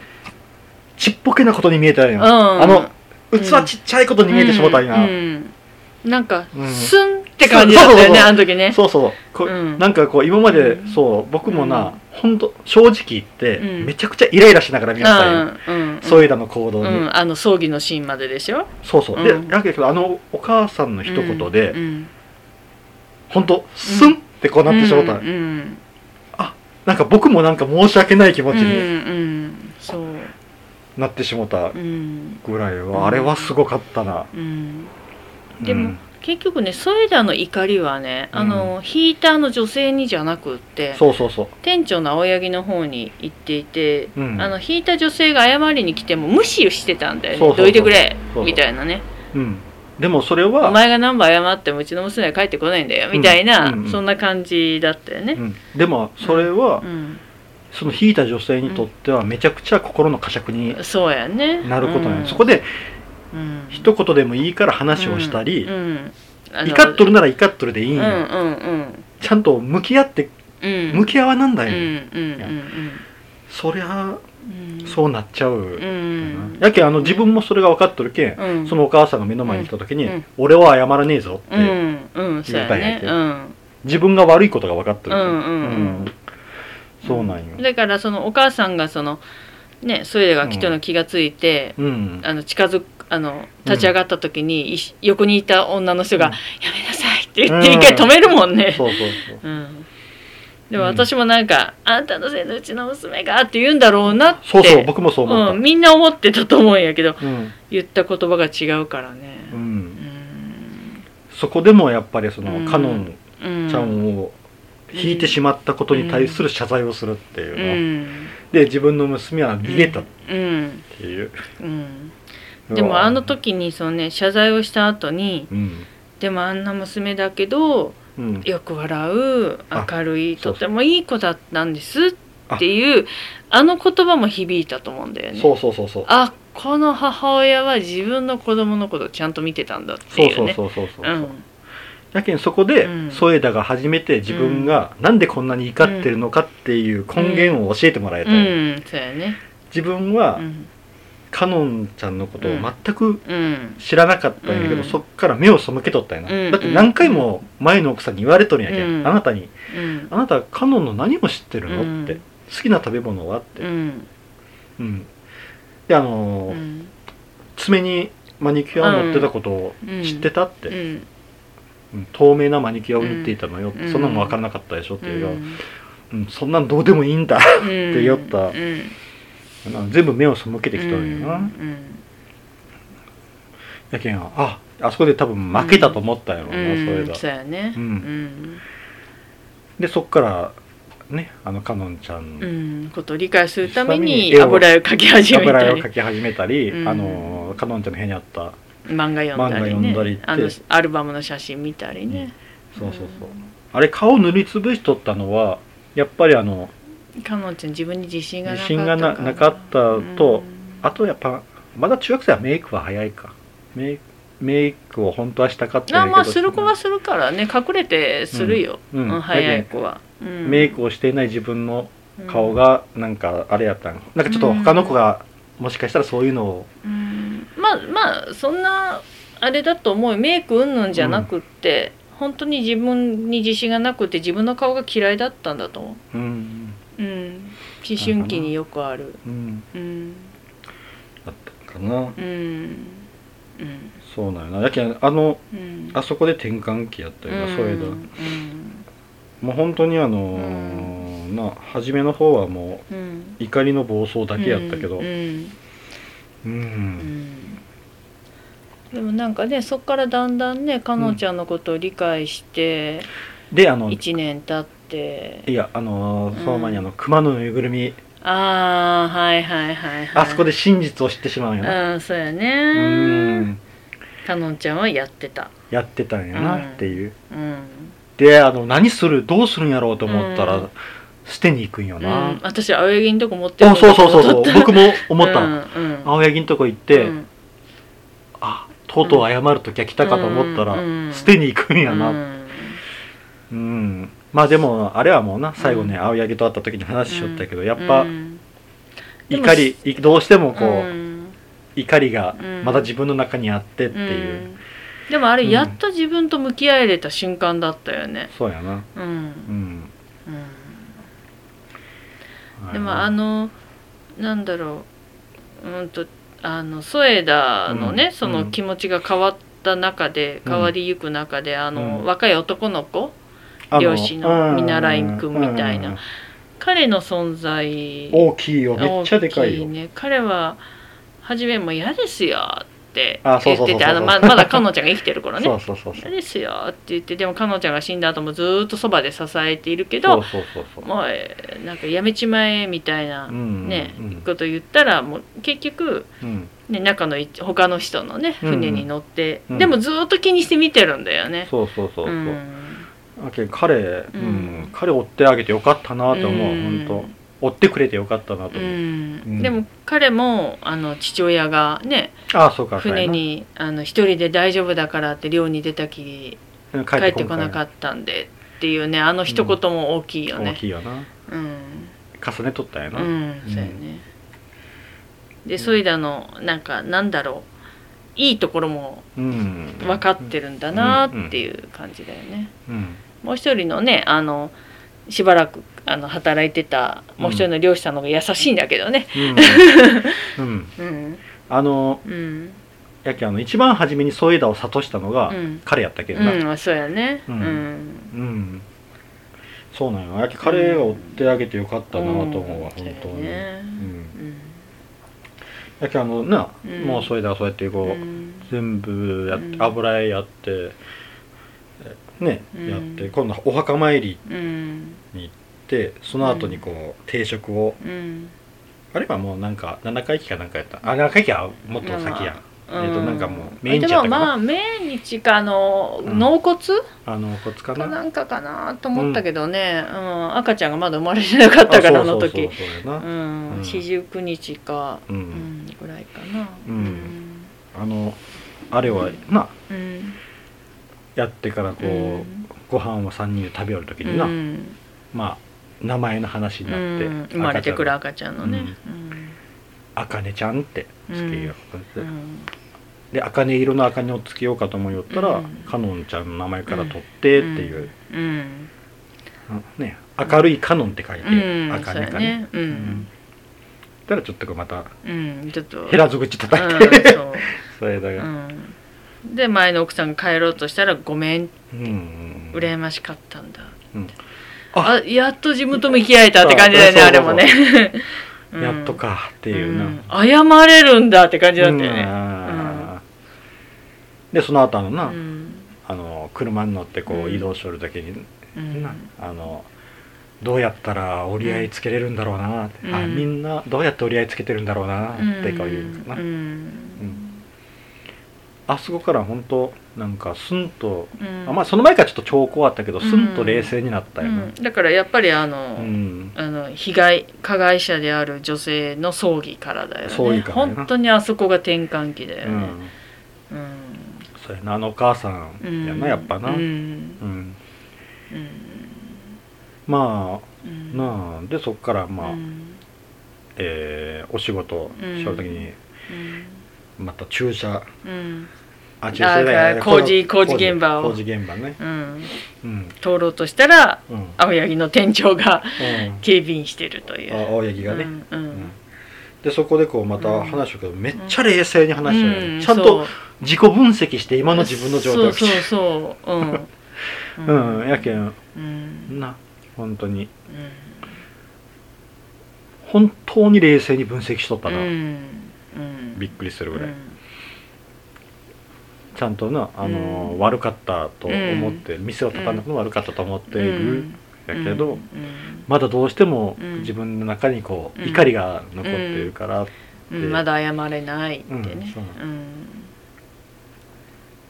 [SPEAKER 1] ちっぽけなことに見えたん
[SPEAKER 2] うん、
[SPEAKER 1] や、
[SPEAKER 2] あ
[SPEAKER 1] あの器ちっちゃいことに見えてしまったんや、
[SPEAKER 2] うんうん、なんか、
[SPEAKER 1] うん
[SPEAKER 2] スンって感じだったよ
[SPEAKER 1] そうそうそう
[SPEAKER 2] ね
[SPEAKER 1] そう
[SPEAKER 2] あの時ね
[SPEAKER 1] そうそうこう、
[SPEAKER 2] うん
[SPEAKER 1] なんかこう今まで、
[SPEAKER 2] うん
[SPEAKER 1] そう僕も
[SPEAKER 2] う
[SPEAKER 1] なん本当正直言って、
[SPEAKER 2] うん
[SPEAKER 1] めちゃくちゃイライラしながら見なさい、
[SPEAKER 2] うんうんうん、
[SPEAKER 1] ソエダの行動
[SPEAKER 2] う
[SPEAKER 1] に、
[SPEAKER 2] ん、あの葬儀のシーンまででしょ
[SPEAKER 1] そうそう、
[SPEAKER 2] う
[SPEAKER 1] で
[SPEAKER 2] ん
[SPEAKER 1] だけどあのお母さんの一言で、
[SPEAKER 2] うん
[SPEAKER 1] 本当スンってこうなってしまった、
[SPEAKER 2] うんうん
[SPEAKER 1] なんか僕もなんか申し訳ない気持ち
[SPEAKER 2] うん
[SPEAKER 1] に
[SPEAKER 2] うんそう
[SPEAKER 1] なってしまった
[SPEAKER 2] うん
[SPEAKER 1] ぐらいは、
[SPEAKER 2] うん
[SPEAKER 1] あれはすごかったな、
[SPEAKER 2] うん
[SPEAKER 1] うん
[SPEAKER 2] でも結局ねソエダの怒りはねあの、ヒーターの女性にじゃなくって
[SPEAKER 1] そうそうそう
[SPEAKER 2] 店長の青柳の方に行っていて、
[SPEAKER 1] うん
[SPEAKER 2] あの引いた女性が謝りに来ても無視してたんだよね
[SPEAKER 1] そうそうそう
[SPEAKER 2] どいてくれ
[SPEAKER 1] そうそう
[SPEAKER 2] みたいなね
[SPEAKER 1] うん、でもそれ
[SPEAKER 2] お
[SPEAKER 1] は、
[SPEAKER 2] 前が何番謝ってもうちの娘は帰ってこないんだよみたいな、
[SPEAKER 1] うんうんうん
[SPEAKER 2] そんな感じだったよ
[SPEAKER 1] う
[SPEAKER 2] ね、
[SPEAKER 1] ん、でもそれは、
[SPEAKER 2] うん、
[SPEAKER 1] その引いた女性にとってはめちゃくちゃ心の呵責に
[SPEAKER 2] そうやね
[SPEAKER 1] なることなん
[SPEAKER 2] う
[SPEAKER 1] で
[SPEAKER 2] ん
[SPEAKER 1] す、そこで
[SPEAKER 2] うん
[SPEAKER 1] 一言でもいいから話をしたり、
[SPEAKER 2] うんうんあの
[SPEAKER 1] 怒っとるなら怒っとるでいいん
[SPEAKER 2] うんう
[SPEAKER 1] よ、
[SPEAKER 2] んうん
[SPEAKER 1] ちゃんと向き合って
[SPEAKER 2] うん
[SPEAKER 1] 向き合わなんだ
[SPEAKER 2] うん
[SPEAKER 1] よ、
[SPEAKER 2] うんうん
[SPEAKER 1] そりゃ
[SPEAKER 2] うんうん
[SPEAKER 1] そうなっちゃう、
[SPEAKER 2] うんうん
[SPEAKER 1] やけんあの自分もそれが分かっとるけん、
[SPEAKER 2] うん
[SPEAKER 1] そのお母さんが目の前に来た時に、
[SPEAKER 2] うん
[SPEAKER 1] 俺は謝らねえぞって、
[SPEAKER 2] うんうんそうやね
[SPEAKER 1] 言いたい
[SPEAKER 2] う
[SPEAKER 1] わ
[SPEAKER 2] ん
[SPEAKER 1] 自分が悪いことが分かっとるけん
[SPEAKER 2] うんうんうん
[SPEAKER 1] そうなんよ、
[SPEAKER 2] だからそのお母さんがそのねそれが来たの気がついて、
[SPEAKER 1] うん
[SPEAKER 2] あの近づくあの立ち上がった時に、いし横にいた女の人が「
[SPEAKER 1] うん
[SPEAKER 2] やめなさい」って言って
[SPEAKER 1] うん
[SPEAKER 2] 一回止めるもんね、
[SPEAKER 1] そうそうそう
[SPEAKER 2] うんでも私もなんか「あんたのせいでうちの娘が」って言うんだろうなって
[SPEAKER 1] そうそう僕もそう思った、
[SPEAKER 2] うん、みんな思ってたと思うんやけど
[SPEAKER 1] うん
[SPEAKER 2] 言った言葉が違うからね
[SPEAKER 1] う、
[SPEAKER 2] うんん
[SPEAKER 1] そこでもやっぱりその、
[SPEAKER 2] うん
[SPEAKER 1] カノン
[SPEAKER 2] うん
[SPEAKER 1] ちゃんを引いてしまったことに対する謝罪をするっていううの、
[SPEAKER 2] ん
[SPEAKER 1] で自分の娘は逃げたっ
[SPEAKER 2] うん
[SPEAKER 1] ていう、
[SPEAKER 2] うんでもあの、時にそのね謝罪をした後に
[SPEAKER 1] うん
[SPEAKER 2] でもあんな娘だけど
[SPEAKER 1] うん、
[SPEAKER 2] よく笑う
[SPEAKER 1] あ
[SPEAKER 2] 明るい
[SPEAKER 1] そうそう
[SPEAKER 2] とてもいい子だったんですっていうあの言葉も響いたと思うんだよね
[SPEAKER 1] そうそうそうそう
[SPEAKER 2] あこの母親は自分の子供のことをちゃんと見てたんだって
[SPEAKER 1] そう
[SPEAKER 2] い
[SPEAKER 1] そうう
[SPEAKER 2] ね
[SPEAKER 1] そうそうそう、
[SPEAKER 2] うん
[SPEAKER 1] やけんそこで
[SPEAKER 2] うん
[SPEAKER 1] 添田が初めて自分がなんでこんなに怒ってるのかっていう根源を教えてもらえた、
[SPEAKER 2] うんそうやね
[SPEAKER 1] 自分は
[SPEAKER 2] うん
[SPEAKER 1] かのんちゃんのことを全く
[SPEAKER 2] うん
[SPEAKER 1] 知らなかったんやけど、
[SPEAKER 2] うん
[SPEAKER 1] そっから目を背けとったんやな、
[SPEAKER 2] うん
[SPEAKER 1] だって何回も前の奥さんに言われとるんやけ、
[SPEAKER 2] うん
[SPEAKER 1] ん、あなたに
[SPEAKER 2] うん
[SPEAKER 1] 「あなたカノンの何を知ってるの?」って、
[SPEAKER 2] うん
[SPEAKER 1] 好きな食べ物は?」って、
[SPEAKER 2] うん
[SPEAKER 1] うんであのー
[SPEAKER 2] うん
[SPEAKER 1] 爪にマニキュアを塗ってたことを知ってたって、
[SPEAKER 2] うん
[SPEAKER 1] うん透明なマニキュアを塗っていたのよ、
[SPEAKER 2] うん
[SPEAKER 1] そんなのも分からなかったでしょって
[SPEAKER 2] う
[SPEAKER 1] いうよ、
[SPEAKER 2] ん
[SPEAKER 1] うんそんなんどうでもいいんだ
[SPEAKER 2] って
[SPEAKER 1] 酔った全部目を背けてきたんやな、やけんああそこで多分負けたと思ったやろうな、
[SPEAKER 2] うん
[SPEAKER 1] それ
[SPEAKER 2] そう
[SPEAKER 1] が
[SPEAKER 2] やね
[SPEAKER 1] う
[SPEAKER 2] うんん
[SPEAKER 1] でそっからねあのカノンちゃん
[SPEAKER 2] う
[SPEAKER 1] の
[SPEAKER 2] んことを理解するため
[SPEAKER 1] そ
[SPEAKER 2] に
[SPEAKER 1] のために絵を
[SPEAKER 2] 油絵を描き始めた
[SPEAKER 1] 油絵を
[SPEAKER 2] り
[SPEAKER 1] 描き始めたり、
[SPEAKER 2] うん
[SPEAKER 1] あのーカノンちゃんの部屋にあった
[SPEAKER 2] 漫画読ん
[SPEAKER 1] 漫
[SPEAKER 2] だり
[SPEAKER 1] 画読んだりっ
[SPEAKER 2] ね
[SPEAKER 1] て
[SPEAKER 2] あのアルバムの写真見たりね
[SPEAKER 1] そうそうそう、あれ顔塗りつぶしとったのはやっぱりあの
[SPEAKER 2] かのんちゃん自分に自信がなかった
[SPEAKER 1] 自信がななかったとあとやっぱまだ中学生はメイクは早いかメイクメイクを本当はしたかったんや
[SPEAKER 2] あ
[SPEAKER 1] けど
[SPEAKER 2] まあする子はするからね隠れてするよ、
[SPEAKER 1] う
[SPEAKER 2] うんん
[SPEAKER 1] うん
[SPEAKER 2] 早い子は、
[SPEAKER 1] メイクをしていない自分の顔がなんかあれやったんなんかちょっと他の子がもしかしたらそういうのを
[SPEAKER 2] うん、うんまあまあそんなあれだと思うよメイクうんぬんじゃなくって、本当に自分に自信がなくて自分の顔が嫌いだったんだと思
[SPEAKER 1] うん、
[SPEAKER 2] う、うん、思春期によくある
[SPEAKER 1] うん、
[SPEAKER 2] うん
[SPEAKER 1] だったかな
[SPEAKER 2] うんうん
[SPEAKER 1] そうなんやなだけどあの
[SPEAKER 2] うん
[SPEAKER 1] あそこで転換期やったよな、そういう
[SPEAKER 2] う
[SPEAKER 1] の
[SPEAKER 2] ん
[SPEAKER 1] もう本当にあのーな初めの方はも
[SPEAKER 2] うんうん
[SPEAKER 1] う怒りの暴走だけやったけど
[SPEAKER 2] うんう
[SPEAKER 1] う
[SPEAKER 2] ん
[SPEAKER 1] ん、
[SPEAKER 2] でもなんかねそこからだんだんねかのんちゃんのことを理解して
[SPEAKER 1] であの
[SPEAKER 2] 1年経って、
[SPEAKER 1] いやあのーその前にあの熊のぬいぐるみ、
[SPEAKER 2] ああはいはいはいはい
[SPEAKER 1] あそこで真実を知ってしまうんやな、
[SPEAKER 2] うんそうや
[SPEAKER 1] うー
[SPEAKER 2] ね
[SPEAKER 1] ん
[SPEAKER 2] かのんちゃんはやってた
[SPEAKER 1] やってたんやなっていう、
[SPEAKER 2] うん、
[SPEAKER 1] であの何するどうするんやろうと思ったら、
[SPEAKER 2] うん
[SPEAKER 1] 捨てに行くんよ
[SPEAKER 2] う
[SPEAKER 1] な、
[SPEAKER 2] ん、私青柳のとこ持って
[SPEAKER 1] あ
[SPEAKER 2] る
[SPEAKER 1] そうそうそうそう僕
[SPEAKER 2] も
[SPEAKER 1] も思ったの、
[SPEAKER 2] うんうん、
[SPEAKER 1] 青柳のとこ行って、
[SPEAKER 2] うん
[SPEAKER 1] あとうとう謝る時は来たかと思ったら、
[SPEAKER 2] うん
[SPEAKER 1] 捨てに行くんやな、
[SPEAKER 2] う
[SPEAKER 1] うん
[SPEAKER 2] ん
[SPEAKER 1] まあでもあれはもうな最後ね、
[SPEAKER 2] うん
[SPEAKER 1] 青柳と会った時に話しちゃったけどやっぱ、
[SPEAKER 2] うんでも
[SPEAKER 1] 怒りいどうしてもこう、
[SPEAKER 2] ん
[SPEAKER 1] 怒りが
[SPEAKER 2] うん
[SPEAKER 1] まだ自分の中にあってっていう、
[SPEAKER 2] うんでもあ
[SPEAKER 1] う
[SPEAKER 2] れ
[SPEAKER 1] ん
[SPEAKER 2] やっと自分と向き合えれた瞬間だったよね
[SPEAKER 1] そうやな
[SPEAKER 2] う、
[SPEAKER 1] うんん
[SPEAKER 2] うん、でもあのなんだろううんとあの添田のね、
[SPEAKER 1] うん
[SPEAKER 2] そうの
[SPEAKER 1] ん
[SPEAKER 2] 気持ちが変わった中で、
[SPEAKER 1] うん
[SPEAKER 2] 変わりゆく中であの、
[SPEAKER 1] うん
[SPEAKER 2] 若い男の子
[SPEAKER 1] あ
[SPEAKER 2] 漁師の
[SPEAKER 1] うん
[SPEAKER 2] 見習い君みたいな
[SPEAKER 1] うん
[SPEAKER 2] 彼の存在
[SPEAKER 1] 大きいよめっちゃでかい
[SPEAKER 2] 大き
[SPEAKER 1] よ
[SPEAKER 2] ね彼は初めもう嫌ですよって言
[SPEAKER 1] あ
[SPEAKER 2] っ
[SPEAKER 1] そうそうそ
[SPEAKER 2] て
[SPEAKER 1] う
[SPEAKER 2] て
[SPEAKER 1] そう
[SPEAKER 2] あのままだかのんちゃんが生きてる頃ね
[SPEAKER 1] そうそうそうそ
[SPEAKER 2] 嫌
[SPEAKER 1] う
[SPEAKER 2] ですよって言ってでもかのんちゃんが死んだ後もずーっとそばで支えているけ
[SPEAKER 1] そ
[SPEAKER 2] ど
[SPEAKER 1] うそうそうそう
[SPEAKER 2] もうえーなんかやめちまえみたいな
[SPEAKER 1] うん
[SPEAKER 2] ね、
[SPEAKER 1] うん
[SPEAKER 2] こと言ったらもう結局、
[SPEAKER 1] うん
[SPEAKER 2] ね、中のい他の人のね
[SPEAKER 1] うん
[SPEAKER 2] 船に乗って、
[SPEAKER 1] うん
[SPEAKER 2] でもずーっと気にして見てるんだよね。
[SPEAKER 1] そうそうそうそう
[SPEAKER 2] うん
[SPEAKER 1] だけど彼う
[SPEAKER 2] うん
[SPEAKER 1] ん彼追ってあげてよかったなと思う
[SPEAKER 2] うん
[SPEAKER 1] 本当追ってくれてよかったなと思
[SPEAKER 2] う
[SPEAKER 1] うんん
[SPEAKER 2] でも彼もあの父親がね
[SPEAKER 1] ああそうかそうや
[SPEAKER 2] 船
[SPEAKER 1] な
[SPEAKER 2] にあの一人で大丈夫だからって漁に出たきり
[SPEAKER 1] うん帰
[SPEAKER 2] 帰ってこなか
[SPEAKER 1] っ
[SPEAKER 2] ったんでっていうねあの一言も大きい
[SPEAKER 1] た
[SPEAKER 2] よ
[SPEAKER 1] 大
[SPEAKER 2] ね。
[SPEAKER 1] きいよな
[SPEAKER 2] うん
[SPEAKER 1] 重ねとったよな
[SPEAKER 2] うん、そうや
[SPEAKER 1] う
[SPEAKER 2] ね。で、ソイダの、なんか、なんだろう。いいところも
[SPEAKER 1] うん
[SPEAKER 2] 分かってるんだなっていう感じだよね。
[SPEAKER 1] うん
[SPEAKER 2] もう一人のね、あの。しばらく、あの、働いてた、もう一人の漁師さんの方が優しいんだけどね。
[SPEAKER 1] うんうん
[SPEAKER 2] うん、
[SPEAKER 1] あの
[SPEAKER 2] うん、
[SPEAKER 1] やけんあの一番初めに添枝を諭したのが
[SPEAKER 2] うん
[SPEAKER 1] 彼やったけどな
[SPEAKER 2] うん、そうやね。
[SPEAKER 1] う
[SPEAKER 2] うんん。
[SPEAKER 1] うんそうなんよやけん彼を追ってあげてよかったなと思うわ
[SPEAKER 2] うん
[SPEAKER 1] 本当
[SPEAKER 2] そう
[SPEAKER 1] に
[SPEAKER 2] やね
[SPEAKER 1] うん
[SPEAKER 2] うん
[SPEAKER 1] だけどあのな、
[SPEAKER 2] うん
[SPEAKER 1] もうそれだそうやってこう、
[SPEAKER 2] うん
[SPEAKER 1] 全部やって
[SPEAKER 2] うん
[SPEAKER 1] 油絵やってえね、
[SPEAKER 2] うん
[SPEAKER 1] やって今度お墓参り
[SPEAKER 2] うん
[SPEAKER 1] でその後にこう定食を
[SPEAKER 2] うん
[SPEAKER 1] あれはもうなんか7回忌かなんかやったあ7回忌はもっと先や、えっとなんかもうメイン
[SPEAKER 2] で
[SPEAKER 1] じゃっ
[SPEAKER 2] も
[SPEAKER 1] たかな
[SPEAKER 2] まあ命日かあの
[SPEAKER 1] うん
[SPEAKER 2] 納骨
[SPEAKER 1] あのコツかな
[SPEAKER 2] かなんかかなと思ったけどね、うん赤ちゃんがまだ生まれてなかったからあの
[SPEAKER 1] そうそう
[SPEAKER 2] 時
[SPEAKER 1] そうそうやな、
[SPEAKER 2] うん四十九日か、
[SPEAKER 1] うん
[SPEAKER 2] うん、ぐらいかな
[SPEAKER 1] うんあのあれはな
[SPEAKER 2] うんうん
[SPEAKER 1] やってからこう、
[SPEAKER 2] うん
[SPEAKER 1] ご飯を3人で食べよる時にな、
[SPEAKER 2] うん
[SPEAKER 1] まあ名前の話になって、
[SPEAKER 2] うん生まれてくる赤ちゃんのね
[SPEAKER 1] あかねちゃんってつけよう、
[SPEAKER 2] うんうん
[SPEAKER 1] であかね色のあかねをつけようかと思いよったら、
[SPEAKER 2] うん
[SPEAKER 1] かのんちゃんの名前から取ってっていう、
[SPEAKER 2] うん
[SPEAKER 1] ね明るいかのんって書いて、
[SPEAKER 2] うん
[SPEAKER 1] あかねかね
[SPEAKER 2] そうやねうん
[SPEAKER 1] うんたらちょっとこうまた
[SPEAKER 2] うんちょっと
[SPEAKER 1] ヘラズ口叩いて、
[SPEAKER 2] うんそう
[SPEAKER 1] それだ
[SPEAKER 2] う
[SPEAKER 1] が、
[SPEAKER 2] んで前の奥さんが帰ろうとしたら「ごめん
[SPEAKER 1] うんうん
[SPEAKER 2] 羨ましかったんだ」
[SPEAKER 1] うんあ
[SPEAKER 2] あやっと自分と向き合えたって感じだよね
[SPEAKER 1] あ
[SPEAKER 2] あれもね うん
[SPEAKER 1] やっとかっていうな、
[SPEAKER 2] ん謝れるんだって感じだったよ
[SPEAKER 1] うん
[SPEAKER 2] ね
[SPEAKER 1] あーでその後あのな、
[SPEAKER 2] うん
[SPEAKER 1] あの車に乗ってこ
[SPEAKER 2] う
[SPEAKER 1] うん移動しとる時に、
[SPEAKER 2] うん
[SPEAKER 1] なあのどうやったら折り合いつけれるんだろうなって、
[SPEAKER 2] うん
[SPEAKER 1] あみんなどうやって折り合いつけてるんだろうなってこういうかな、
[SPEAKER 2] うん
[SPEAKER 1] あそこから本当なんかスンと、
[SPEAKER 2] うん
[SPEAKER 1] あまあその前からちょっと兆候あったけど、
[SPEAKER 2] うん
[SPEAKER 1] スンと冷静になったよ
[SPEAKER 2] う
[SPEAKER 1] ね
[SPEAKER 2] んだからやっぱりあ
[SPEAKER 1] う
[SPEAKER 2] の
[SPEAKER 1] ん、
[SPEAKER 2] あの被害加害者である女性の葬儀からだ
[SPEAKER 1] 葬
[SPEAKER 2] よ
[SPEAKER 1] 儀
[SPEAKER 2] ね
[SPEAKER 1] からね
[SPEAKER 2] 本当にあそこが転換期だ
[SPEAKER 1] う
[SPEAKER 2] よ
[SPEAKER 1] ん
[SPEAKER 2] ねうん
[SPEAKER 1] そうやなあのお母さん
[SPEAKER 2] うん
[SPEAKER 1] やな、やっぱな、
[SPEAKER 2] う
[SPEAKER 1] うん
[SPEAKER 2] んうん
[SPEAKER 1] まあ
[SPEAKER 2] うん
[SPEAKER 1] なあでそっからまあ、
[SPEAKER 2] うん
[SPEAKER 1] えーお仕事しとる時にまた駐車
[SPEAKER 2] うん
[SPEAKER 1] あ駐
[SPEAKER 2] あ
[SPEAKER 1] 車
[SPEAKER 2] ー
[SPEAKER 1] じゃない
[SPEAKER 2] 工事工事現場を
[SPEAKER 1] 工事現場ね
[SPEAKER 2] うん
[SPEAKER 1] うん
[SPEAKER 2] 通ろうとしたら
[SPEAKER 1] うん、うん、
[SPEAKER 2] 青柳の店長が警備員してるという
[SPEAKER 1] あ青柳がね、
[SPEAKER 2] う
[SPEAKER 1] うん
[SPEAKER 2] ん
[SPEAKER 1] でそこでこうまた話をけど、めっちゃ冷静に
[SPEAKER 2] う
[SPEAKER 1] 話してる、
[SPEAKER 2] ん
[SPEAKER 1] ちゃん
[SPEAKER 2] そう
[SPEAKER 1] と自己分析して今の自分の状態を
[SPEAKER 2] そう
[SPEAKER 1] きち
[SPEAKER 2] そうそううん
[SPEAKER 1] うんやけん
[SPEAKER 2] うん
[SPEAKER 1] な本当に
[SPEAKER 2] うん
[SPEAKER 1] 本当に冷静に分析しとったな、
[SPEAKER 2] うんうん
[SPEAKER 1] びっくりするぐらい、
[SPEAKER 2] うん
[SPEAKER 1] ちゃんとなあのー、
[SPEAKER 2] うん
[SPEAKER 1] 悪かったと思って、店を畳んだことも悪かったと思っている、やけど、
[SPEAKER 2] うん
[SPEAKER 1] まだどうしても
[SPEAKER 2] うん
[SPEAKER 1] 自分の中にこう、
[SPEAKER 2] うん
[SPEAKER 1] 怒りが残っているから、
[SPEAKER 2] うんまだ謝れないって
[SPEAKER 1] うん
[SPEAKER 2] ね
[SPEAKER 1] そう
[SPEAKER 2] うん
[SPEAKER 1] う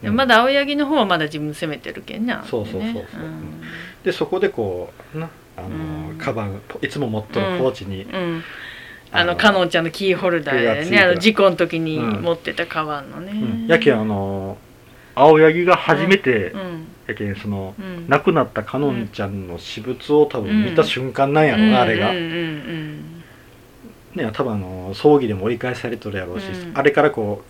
[SPEAKER 2] で
[SPEAKER 1] ん
[SPEAKER 2] まだ青柳の方はまだ自分責めてるけんな
[SPEAKER 1] そうそうそうそう
[SPEAKER 2] うん
[SPEAKER 1] でそこでこうなあのー、
[SPEAKER 2] うん
[SPEAKER 1] カバンいつも持っとるポーチに、
[SPEAKER 2] うんあのかのんちゃんのキーホルダーだ
[SPEAKER 1] 手が
[SPEAKER 2] よ
[SPEAKER 1] つい
[SPEAKER 2] ね
[SPEAKER 1] た
[SPEAKER 2] あの事故の時に
[SPEAKER 1] うん
[SPEAKER 2] 持ってたカバンのね、
[SPEAKER 1] うんやけんあのー青柳が初めて、
[SPEAKER 2] うん
[SPEAKER 1] やけんその
[SPEAKER 2] うん
[SPEAKER 1] 亡くなったかのんちゃんの私物を多分見た瞬間なんやろな、あれが、
[SPEAKER 2] うんうんうん
[SPEAKER 1] ね多分あの葬儀でも折り返されとるやろうし、
[SPEAKER 2] うん
[SPEAKER 1] あれからこ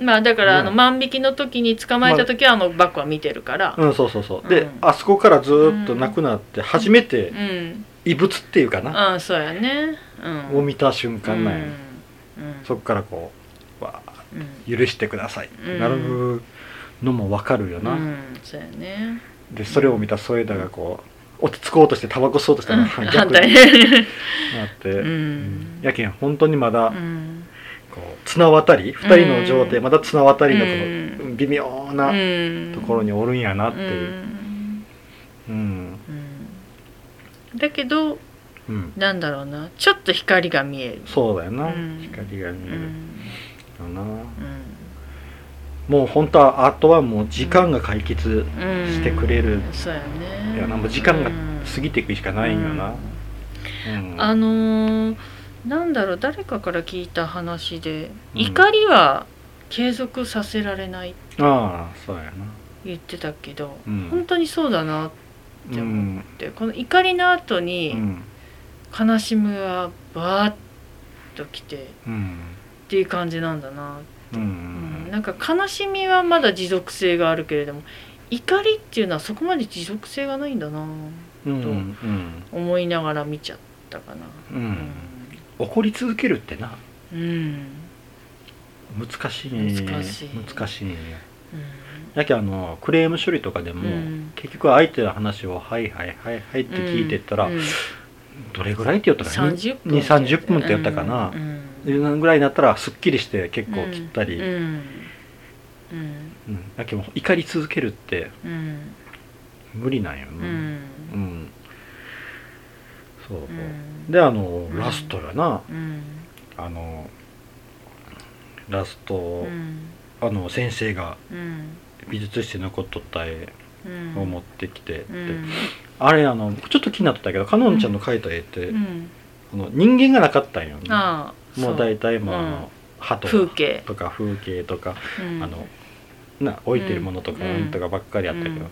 [SPEAKER 2] うんまあだからあの
[SPEAKER 1] うん
[SPEAKER 2] 万引きの時に捕まえた時はあのバッグは見てるから、
[SPEAKER 1] ううんそうそうそう、で
[SPEAKER 2] うん
[SPEAKER 1] あそこからずーっと亡くなって初めて
[SPEAKER 2] うん、
[SPEAKER 1] 異物っていうかな、
[SPEAKER 2] ああそうやね、うん、
[SPEAKER 1] を見た瞬間なんや、
[SPEAKER 2] うんうん
[SPEAKER 1] そっからこうわあ
[SPEAKER 2] うん
[SPEAKER 1] 許してください、
[SPEAKER 2] うん
[SPEAKER 1] なるのもわかるよな、
[SPEAKER 2] うんそうやね
[SPEAKER 1] でそれを見た添田がこう落ち着こうとしてタバコ吸おうとした
[SPEAKER 2] うん
[SPEAKER 1] ら
[SPEAKER 2] 反
[SPEAKER 1] 逆に
[SPEAKER 2] 対
[SPEAKER 1] なっ
[SPEAKER 2] ね
[SPEAKER 1] て、
[SPEAKER 2] う
[SPEAKER 1] う
[SPEAKER 2] ん
[SPEAKER 1] んやけん本当にまだ、
[SPEAKER 2] うん
[SPEAKER 1] こう綱渡り2人の状態、
[SPEAKER 2] うん
[SPEAKER 1] また綱渡りのこ
[SPEAKER 2] う
[SPEAKER 1] の微妙な
[SPEAKER 2] うん
[SPEAKER 1] ところにおるんやな
[SPEAKER 2] あ
[SPEAKER 1] っていううん
[SPEAKER 2] だけど
[SPEAKER 1] うん、
[SPEAKER 2] なんだろうなちょっと光が見える
[SPEAKER 1] そうだよな、
[SPEAKER 2] うん
[SPEAKER 1] 光が見え
[SPEAKER 2] う
[SPEAKER 1] る
[SPEAKER 2] ん
[SPEAKER 1] よな、もう本当はあとはもう時間が解決
[SPEAKER 2] うん
[SPEAKER 1] してくれる、
[SPEAKER 2] そうやね
[SPEAKER 1] いやなもう時間が
[SPEAKER 2] うん
[SPEAKER 1] 過ぎていくしかないんよな、うん
[SPEAKER 2] あのーなんだろう誰かから聞いた話で、
[SPEAKER 1] うん
[SPEAKER 2] 怒りは継続させられないって
[SPEAKER 1] ああそうやな
[SPEAKER 2] 言ってたけど、
[SPEAKER 1] うん
[SPEAKER 2] 本当にそうだなっ
[SPEAKER 1] う
[SPEAKER 2] でも
[SPEAKER 1] ん、
[SPEAKER 2] てこの怒りの後に、
[SPEAKER 1] うん
[SPEAKER 2] 悲しみがバーッときてっ
[SPEAKER 1] うん
[SPEAKER 2] ていう感じなんだな、
[SPEAKER 1] う
[SPEAKER 2] うん
[SPEAKER 1] ん
[SPEAKER 2] なんか悲しみはまだ持続性があるけれども怒りっていうのはそこまで持続性がないんだな
[SPEAKER 1] うんうん
[SPEAKER 2] 思いながら見ちゃったかな
[SPEAKER 1] うん怒り続けるってな
[SPEAKER 2] うん、うん
[SPEAKER 1] 難しいね
[SPEAKER 2] 難しい
[SPEAKER 1] 難しいねやけんあのクレーム処理とかでも、
[SPEAKER 2] うん
[SPEAKER 1] 結局相手の話を「はいはいはいはい」って聞いてったら、
[SPEAKER 2] うん
[SPEAKER 1] どれぐらいって言ったかな
[SPEAKER 2] 30
[SPEAKER 1] 2 30分ってやったかな
[SPEAKER 2] うん
[SPEAKER 1] いうぐらいになったらすっきりして結構切ったり、
[SPEAKER 2] う
[SPEAKER 1] うん
[SPEAKER 2] んうん
[SPEAKER 1] やけんもう怒り続けるって
[SPEAKER 2] うん
[SPEAKER 1] 無理なんよ
[SPEAKER 2] う
[SPEAKER 1] ね
[SPEAKER 2] ん
[SPEAKER 1] うん、そう、
[SPEAKER 2] うん
[SPEAKER 1] であの
[SPEAKER 2] ん
[SPEAKER 1] ラストがな
[SPEAKER 2] うん
[SPEAKER 1] あのラスト、
[SPEAKER 2] うん
[SPEAKER 1] あの先生が
[SPEAKER 2] うん
[SPEAKER 1] 美術室に残っとった絵
[SPEAKER 2] うん
[SPEAKER 1] を持ってきて、
[SPEAKER 2] う
[SPEAKER 1] で
[SPEAKER 2] ん
[SPEAKER 1] あれあの僕ちょっと気になってたけどかのんちゃんの描いた絵って、
[SPEAKER 2] うん
[SPEAKER 1] あの人間がなかったんよね
[SPEAKER 2] ああ
[SPEAKER 1] もう大体まあ、
[SPEAKER 2] うん
[SPEAKER 1] あの歯とか
[SPEAKER 2] 風景
[SPEAKER 1] とか風景とか、
[SPEAKER 2] うん
[SPEAKER 1] あのな置いてるものとか
[SPEAKER 2] うん
[SPEAKER 1] なんとかばっかりあったけどな、
[SPEAKER 2] うん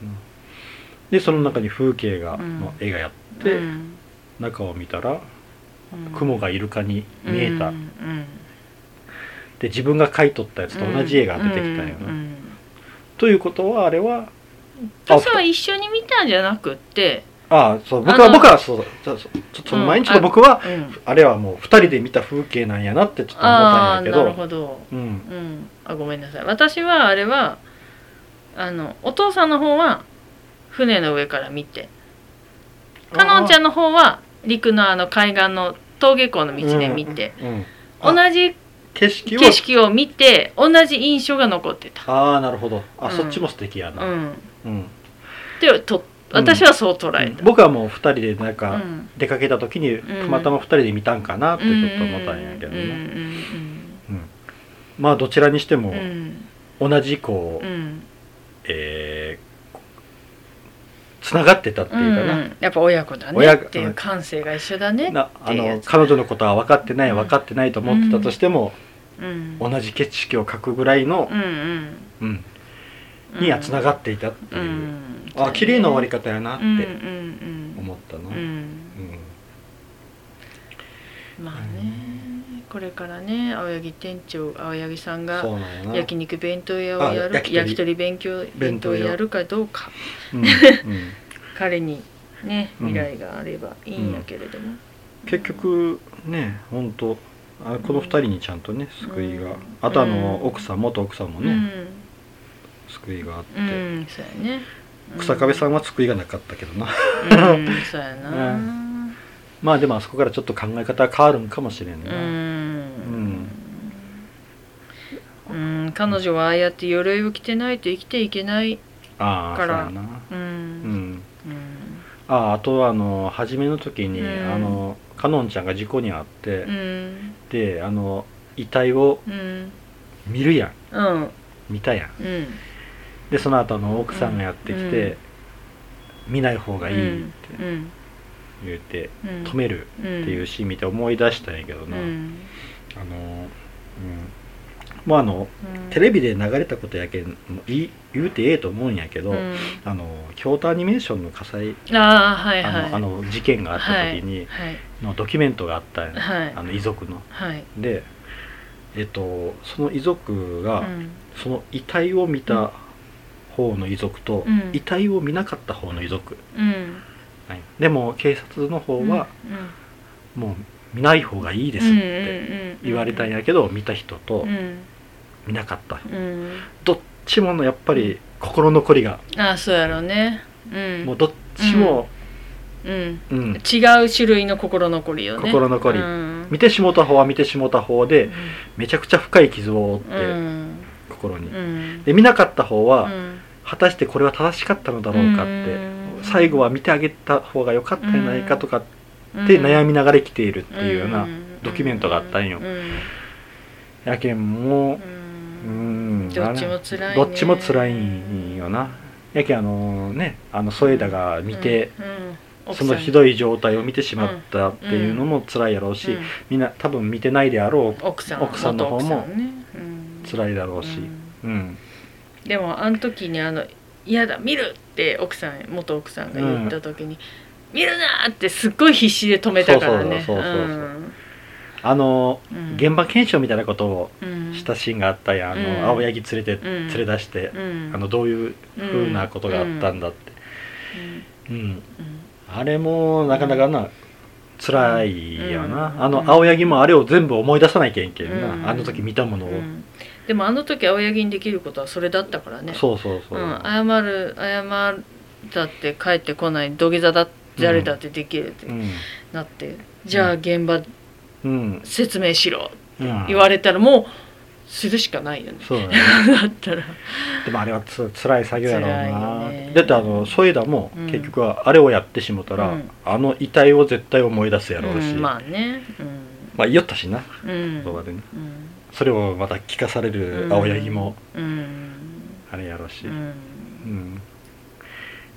[SPEAKER 1] でその中に風景が、
[SPEAKER 2] うん
[SPEAKER 1] の絵がやって、
[SPEAKER 2] うん
[SPEAKER 1] 中を見たら
[SPEAKER 2] うん
[SPEAKER 1] 雲がイルカに見えた、
[SPEAKER 2] うんうん
[SPEAKER 1] で自分が描いとったやつと同じ絵が出てきたんよな、
[SPEAKER 2] うんうん
[SPEAKER 1] ということはあれはあ
[SPEAKER 2] 私は一緒に見たんじゃなくって、
[SPEAKER 1] ああそう僕は
[SPEAKER 2] あの
[SPEAKER 1] 僕はそうそうそうちょその前にちょっと僕は、
[SPEAKER 2] うん、
[SPEAKER 1] あれはもう2人で見た風景なんやなってちょっと思った
[SPEAKER 2] ああ
[SPEAKER 1] んやけど
[SPEAKER 2] なるほど、
[SPEAKER 1] うん
[SPEAKER 2] うん、あごめんなさい私はあれはあのお父さんの方は船の上から見てかのんちゃんの方は陸のあの海岸の登下校の道で見て、、
[SPEAKER 1] うんうんあ
[SPEAKER 2] 同じ
[SPEAKER 1] 景色を
[SPEAKER 2] 景色を見て同じ印象が残ってた、
[SPEAKER 1] ああなるほどあ、
[SPEAKER 2] うん
[SPEAKER 1] そっちも素敵や
[SPEAKER 2] う
[SPEAKER 1] な、
[SPEAKER 2] ん、
[SPEAKER 1] うん
[SPEAKER 2] でと私はそう捉えた、
[SPEAKER 1] 僕はもう2人でなん
[SPEAKER 2] う
[SPEAKER 1] か
[SPEAKER 2] ん
[SPEAKER 1] 出かけた時に
[SPEAKER 2] うん
[SPEAKER 1] たまたま2人で見たんかなってちょっと思ったんやけど
[SPEAKER 2] うん
[SPEAKER 1] ね、うんまあどちらにしても
[SPEAKER 2] うんうんうん
[SPEAKER 1] 同じこう、
[SPEAKER 2] うんうん
[SPEAKER 1] えつながってたっていうかな,、
[SPEAKER 2] ん、やっぱ親子だね
[SPEAKER 1] 親
[SPEAKER 2] っ
[SPEAKER 1] 子
[SPEAKER 2] ていう感性が一緒だね
[SPEAKER 1] な
[SPEAKER 2] て
[SPEAKER 1] あ
[SPEAKER 2] いうや
[SPEAKER 1] の
[SPEAKER 2] つ
[SPEAKER 1] 彼女のことは分かってない
[SPEAKER 2] うん
[SPEAKER 1] 分かってないと思ってたとしても、
[SPEAKER 2] うん
[SPEAKER 1] 同じ景色を描くぐらいの
[SPEAKER 2] う、んうん
[SPEAKER 1] うん
[SPEAKER 2] うん
[SPEAKER 1] にはつなが
[SPEAKER 2] っ
[SPEAKER 1] っていたって
[SPEAKER 2] う
[SPEAKER 1] いう、
[SPEAKER 2] ん、
[SPEAKER 1] あ綺麗な終わり
[SPEAKER 2] か
[SPEAKER 1] 方やなっ
[SPEAKER 2] うんうん
[SPEAKER 1] て思ったの、
[SPEAKER 2] うん、うんまあねこれからね青柳店長青柳さんが
[SPEAKER 1] そうなんやな
[SPEAKER 2] 焼肉弁当屋をやる
[SPEAKER 1] あ
[SPEAKER 2] 焼
[SPEAKER 1] 焼
[SPEAKER 2] き
[SPEAKER 1] き鳥
[SPEAKER 2] 鳥勉強弁
[SPEAKER 1] 弁
[SPEAKER 2] 当
[SPEAKER 1] 当屋
[SPEAKER 2] やるかどうか
[SPEAKER 1] うんうん
[SPEAKER 2] 彼にね
[SPEAKER 1] うん
[SPEAKER 2] 未来があればいいんやけれども、
[SPEAKER 1] 結局ね本当あこの二人にちゃんとね救いが、
[SPEAKER 2] うん
[SPEAKER 1] あとあ
[SPEAKER 2] う
[SPEAKER 1] の
[SPEAKER 2] ん
[SPEAKER 1] 奥さん元奥さんも
[SPEAKER 2] うん、
[SPEAKER 1] ね、救いがあって、
[SPEAKER 2] うん、そうやね
[SPEAKER 1] 草壁さ
[SPEAKER 2] ん、
[SPEAKER 1] んは救いがなかったけどな
[SPEAKER 2] うん、そうやな、
[SPEAKER 1] うまあでもあそこからちょっと考え方変わるんかもしれん
[SPEAKER 2] う
[SPEAKER 1] な、
[SPEAKER 2] んうん、彼女はああやって鎧を着てないと生きていけない。
[SPEAKER 1] ああ
[SPEAKER 2] か
[SPEAKER 1] そう
[SPEAKER 2] ら
[SPEAKER 1] やなう
[SPEAKER 2] う。
[SPEAKER 1] んん
[SPEAKER 2] うん。
[SPEAKER 1] あああとあの初めの時に、
[SPEAKER 2] うん
[SPEAKER 1] あのかのんちゃんが事故に遭って、
[SPEAKER 2] うん。
[SPEAKER 1] であの遺体を
[SPEAKER 2] うん。
[SPEAKER 1] 見るやん
[SPEAKER 2] うん。
[SPEAKER 1] 見たやん
[SPEAKER 2] うん。
[SPEAKER 1] でその後あの奥さんがやってきて、見ない方がいいって
[SPEAKER 2] うん。
[SPEAKER 1] 言って、
[SPEAKER 2] うん。
[SPEAKER 1] 止める
[SPEAKER 2] て
[SPEAKER 1] っていう
[SPEAKER 2] し
[SPEAKER 1] シーン見て思い出したんやけどな、
[SPEAKER 2] うん。
[SPEAKER 1] あのうんまああのテレビで流れたことやけんもういい言うてええと思うんやけど、
[SPEAKER 2] うん。
[SPEAKER 1] あの京都アニメーションの火災
[SPEAKER 2] ああ、はい
[SPEAKER 1] あ
[SPEAKER 2] はい。
[SPEAKER 1] の,、あの事件があった時に、
[SPEAKER 2] はい。
[SPEAKER 1] のドキュメントがあったんや、
[SPEAKER 2] はい
[SPEAKER 1] あの遺族の。
[SPEAKER 2] はい。
[SPEAKER 1] でえっとその遺族
[SPEAKER 2] う
[SPEAKER 1] が、
[SPEAKER 2] ん。
[SPEAKER 1] その遺体を見た方の遺族と、
[SPEAKER 2] うん
[SPEAKER 1] 遺体を見なかった方の遺族、
[SPEAKER 2] うん。
[SPEAKER 1] はいでも警察の方は、
[SPEAKER 2] うん。
[SPEAKER 1] もう見ない方がいいですって
[SPEAKER 2] て
[SPEAKER 1] 言われたん
[SPEAKER 2] や
[SPEAKER 1] やけど、見た人と
[SPEAKER 2] うん。
[SPEAKER 1] 見なかった、
[SPEAKER 2] うん。
[SPEAKER 1] どっちものやっぱり心残りが、
[SPEAKER 2] ああ、そうやろうね。うん。
[SPEAKER 1] もうどっちも、
[SPEAKER 2] うん。
[SPEAKER 1] うん
[SPEAKER 2] 違う種類の心残りよね
[SPEAKER 1] 心残り
[SPEAKER 2] うん
[SPEAKER 1] 見てしもた方は見てしもた方でめちゃくちゃ深い傷を負って、
[SPEAKER 2] うん
[SPEAKER 1] 心に
[SPEAKER 2] う。ん
[SPEAKER 1] で見なかった方
[SPEAKER 2] う
[SPEAKER 1] は、
[SPEAKER 2] ん
[SPEAKER 1] 果たしてこれは正しかったのだろうかって、
[SPEAKER 2] うん
[SPEAKER 1] 最後は見てあげた方が良かったんじゃないかとかって悩みながら生きているっていうような、
[SPEAKER 2] ん
[SPEAKER 1] ドキュメントがあったんよ
[SPEAKER 2] うん
[SPEAKER 1] やけんも
[SPEAKER 2] う
[SPEAKER 1] ううんん
[SPEAKER 2] どっちも辛いね
[SPEAKER 1] どっちも辛いんよなやけんあのねあの添田が見て、
[SPEAKER 2] うんうん
[SPEAKER 1] そのひ
[SPEAKER 2] い
[SPEAKER 1] どい状態を見てしまったっていうのも辛いやろうし、みんな多分見てないであろ
[SPEAKER 2] 奥さん
[SPEAKER 1] 奥さんの方も
[SPEAKER 2] 元奥さんねうん
[SPEAKER 1] う辛いだろうし
[SPEAKER 2] うん
[SPEAKER 1] うん、
[SPEAKER 2] でもあの時にあの「嫌だ見る!」って奥さん元奥さんが言った時に「見るな!」ってすっごい必死で止めたからね
[SPEAKER 1] そうそうそうそうそうあの現
[SPEAKER 2] 場
[SPEAKER 1] 場検証みたいなことを
[SPEAKER 2] し
[SPEAKER 1] したシーンがあったやんあの、
[SPEAKER 2] うん
[SPEAKER 1] 青柳連れて、連
[SPEAKER 2] ん
[SPEAKER 1] れ出して、あ
[SPEAKER 2] あ
[SPEAKER 1] のどういうふうなことがあったんだって、うんあれもなかなかな辛いよな、
[SPEAKER 2] うん
[SPEAKER 1] あの青柳もあれを全部思い出さなきゃいけんな、
[SPEAKER 2] うん
[SPEAKER 1] あの時見たものを、
[SPEAKER 2] でもあの時青柳にできることはそれだったからね
[SPEAKER 1] そうそうそう、
[SPEAKER 2] うん、謝る謝ったって帰ってこない土下座だ誰だってできるって
[SPEAKER 1] うん
[SPEAKER 2] なって、じゃあ現場
[SPEAKER 1] うん
[SPEAKER 2] 説明しろ
[SPEAKER 1] うん
[SPEAKER 2] 言われたらもうするしかないよね
[SPEAKER 1] そうだね
[SPEAKER 2] だったら
[SPEAKER 1] でもあれは つ辛い作業やろうな、
[SPEAKER 2] 辛いよね
[SPEAKER 1] だってあの添田も
[SPEAKER 2] うん
[SPEAKER 1] 結局はあれをやってしもたら、
[SPEAKER 2] うん
[SPEAKER 1] あの遺体を絶対思い出すやろうし、
[SPEAKER 2] うん、ま
[SPEAKER 1] ま
[SPEAKER 2] あね
[SPEAKER 1] あ言いよったしな
[SPEAKER 2] うん、うん
[SPEAKER 1] 動画でね
[SPEAKER 2] うん
[SPEAKER 1] それをまた聞かされる青柳も
[SPEAKER 2] うん
[SPEAKER 1] あれやろうし、
[SPEAKER 2] う
[SPEAKER 1] うん
[SPEAKER 2] ん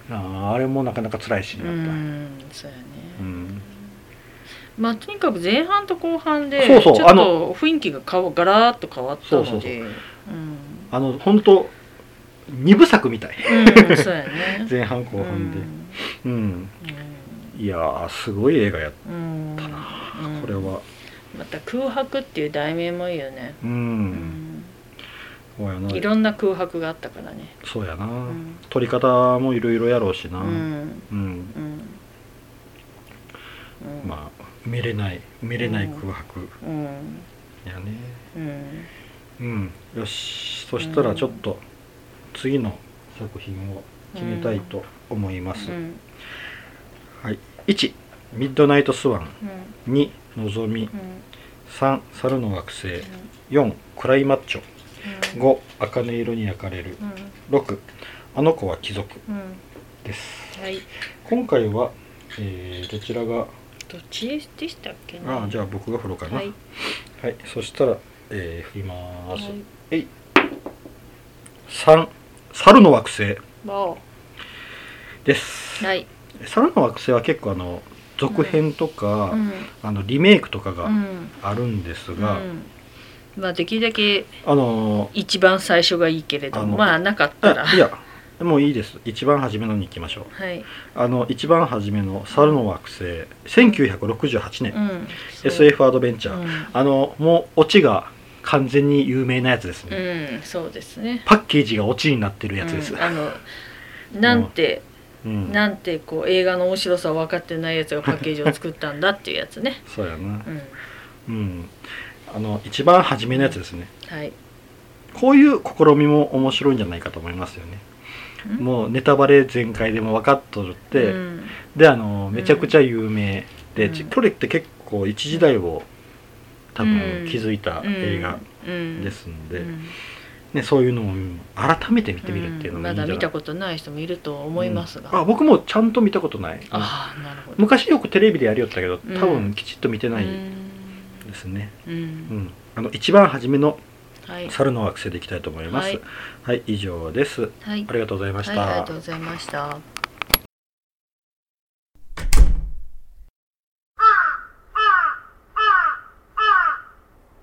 [SPEAKER 1] あーあれもなかなか辛いシー
[SPEAKER 2] う
[SPEAKER 1] ンだった、
[SPEAKER 2] んそうやね、
[SPEAKER 1] うん
[SPEAKER 2] まあとにかく前半と後半で
[SPEAKER 1] そうそう
[SPEAKER 2] ちょ
[SPEAKER 1] あ
[SPEAKER 2] っ
[SPEAKER 1] の
[SPEAKER 2] と雰囲気がかわガラーッと変わったので
[SPEAKER 1] そうそうそう
[SPEAKER 2] うん
[SPEAKER 1] あの本当二部作みたい
[SPEAKER 2] うん、そうやね
[SPEAKER 1] 前半後半でうん、いやーすごい映画やっ
[SPEAKER 2] うん、うん
[SPEAKER 1] たな
[SPEAKER 2] うん
[SPEAKER 1] これは
[SPEAKER 2] また空白っていう題名もいいよね、
[SPEAKER 1] う、
[SPEAKER 2] うんん
[SPEAKER 1] そうやない
[SPEAKER 2] ろんな空白があったからね
[SPEAKER 1] そうやな、
[SPEAKER 2] うん
[SPEAKER 1] 撮り方もいろいろやろうし
[SPEAKER 2] う
[SPEAKER 1] な、
[SPEAKER 2] ん
[SPEAKER 1] うん
[SPEAKER 2] うんうん
[SPEAKER 1] まあ見れない見れない空白
[SPEAKER 2] うん
[SPEAKER 1] やね
[SPEAKER 2] うん
[SPEAKER 1] うんよしそしたらちょっと次の作品を決めたいと思います、
[SPEAKER 2] うん
[SPEAKER 1] はい、1「ミッドナイトスワン
[SPEAKER 2] うん」
[SPEAKER 1] 2「のぞみ
[SPEAKER 2] うん」
[SPEAKER 1] 3「猿の惑星」4「クライマッチョ」5「茜色に焼かれる
[SPEAKER 2] うん」
[SPEAKER 1] 6「あの子は貴族
[SPEAKER 2] うん」
[SPEAKER 1] です
[SPEAKER 2] はい
[SPEAKER 1] 今回は、えーどちらが
[SPEAKER 2] どっちでしたっけね
[SPEAKER 1] あーじ
[SPEAKER 2] ゃ
[SPEAKER 1] ゃあ僕が振ろうかな
[SPEAKER 2] は
[SPEAKER 1] はいい、そしたら、えー振ります、
[SPEAKER 2] はい
[SPEAKER 1] 3猿の惑星
[SPEAKER 2] わ
[SPEAKER 1] です、
[SPEAKER 2] おはい
[SPEAKER 1] 猿の惑星は結構あの続編とか、
[SPEAKER 2] うん
[SPEAKER 1] あのリメイクとか
[SPEAKER 2] う
[SPEAKER 1] が
[SPEAKER 2] ん
[SPEAKER 1] あるんです
[SPEAKER 2] う
[SPEAKER 1] が、
[SPEAKER 2] んまあできるだけ
[SPEAKER 1] あのー
[SPEAKER 2] 一番最初がいいけれど
[SPEAKER 1] あの
[SPEAKER 2] まあなかったら
[SPEAKER 1] あいやもういいです一番初めのに行きましょう
[SPEAKER 2] はい
[SPEAKER 1] あの一番初めの「猿の惑星」1968年、
[SPEAKER 2] うん
[SPEAKER 1] SF アドベンチャー、あのもうオチが完全に有名なやつです
[SPEAKER 2] う
[SPEAKER 1] ね、
[SPEAKER 2] んうんそうですね
[SPEAKER 1] パッケージがオチになってるやつです、
[SPEAKER 2] うんあのなんて
[SPEAKER 1] うん
[SPEAKER 2] なんてこう映画の面白さを分かってないやつがパッケージを作ったんだっていうやつね
[SPEAKER 1] そうやな
[SPEAKER 2] うん
[SPEAKER 1] うんあの一番初めのやつですね
[SPEAKER 2] はい
[SPEAKER 1] こういう試みも面白いんじゃないかと思いますよね
[SPEAKER 2] ん
[SPEAKER 1] もうネタバレ全開でも分かっとるって、
[SPEAKER 2] うん
[SPEAKER 1] であのめちゃくちゃ有名で、
[SPEAKER 2] うん
[SPEAKER 1] ちこれって結構一時代を多
[SPEAKER 2] う
[SPEAKER 1] 分
[SPEAKER 2] ん
[SPEAKER 1] 気づいた映画
[SPEAKER 2] うん
[SPEAKER 1] ですんで、
[SPEAKER 2] うん
[SPEAKER 1] ね、そういうのを改めて見てみるっていうのもいい
[SPEAKER 2] ま
[SPEAKER 1] んじゃ
[SPEAKER 2] だ
[SPEAKER 1] ない、
[SPEAKER 2] 見たことない人もいると思いますが、
[SPEAKER 1] うんあ僕もちゃんと見たことない
[SPEAKER 2] ああなるほど
[SPEAKER 1] 昔よくテレビでやりよったけど
[SPEAKER 2] うん
[SPEAKER 1] 多分きちっと見てない
[SPEAKER 2] うん
[SPEAKER 1] ですね、
[SPEAKER 2] う
[SPEAKER 1] うん
[SPEAKER 2] ん
[SPEAKER 1] あの一番初めの
[SPEAKER 2] はい
[SPEAKER 1] 猿の惑星でいきたいと思います
[SPEAKER 2] はい
[SPEAKER 1] はい、以上です
[SPEAKER 2] はい
[SPEAKER 1] ありがとうございまし
[SPEAKER 2] はい
[SPEAKER 1] た、
[SPEAKER 2] ありがとうございました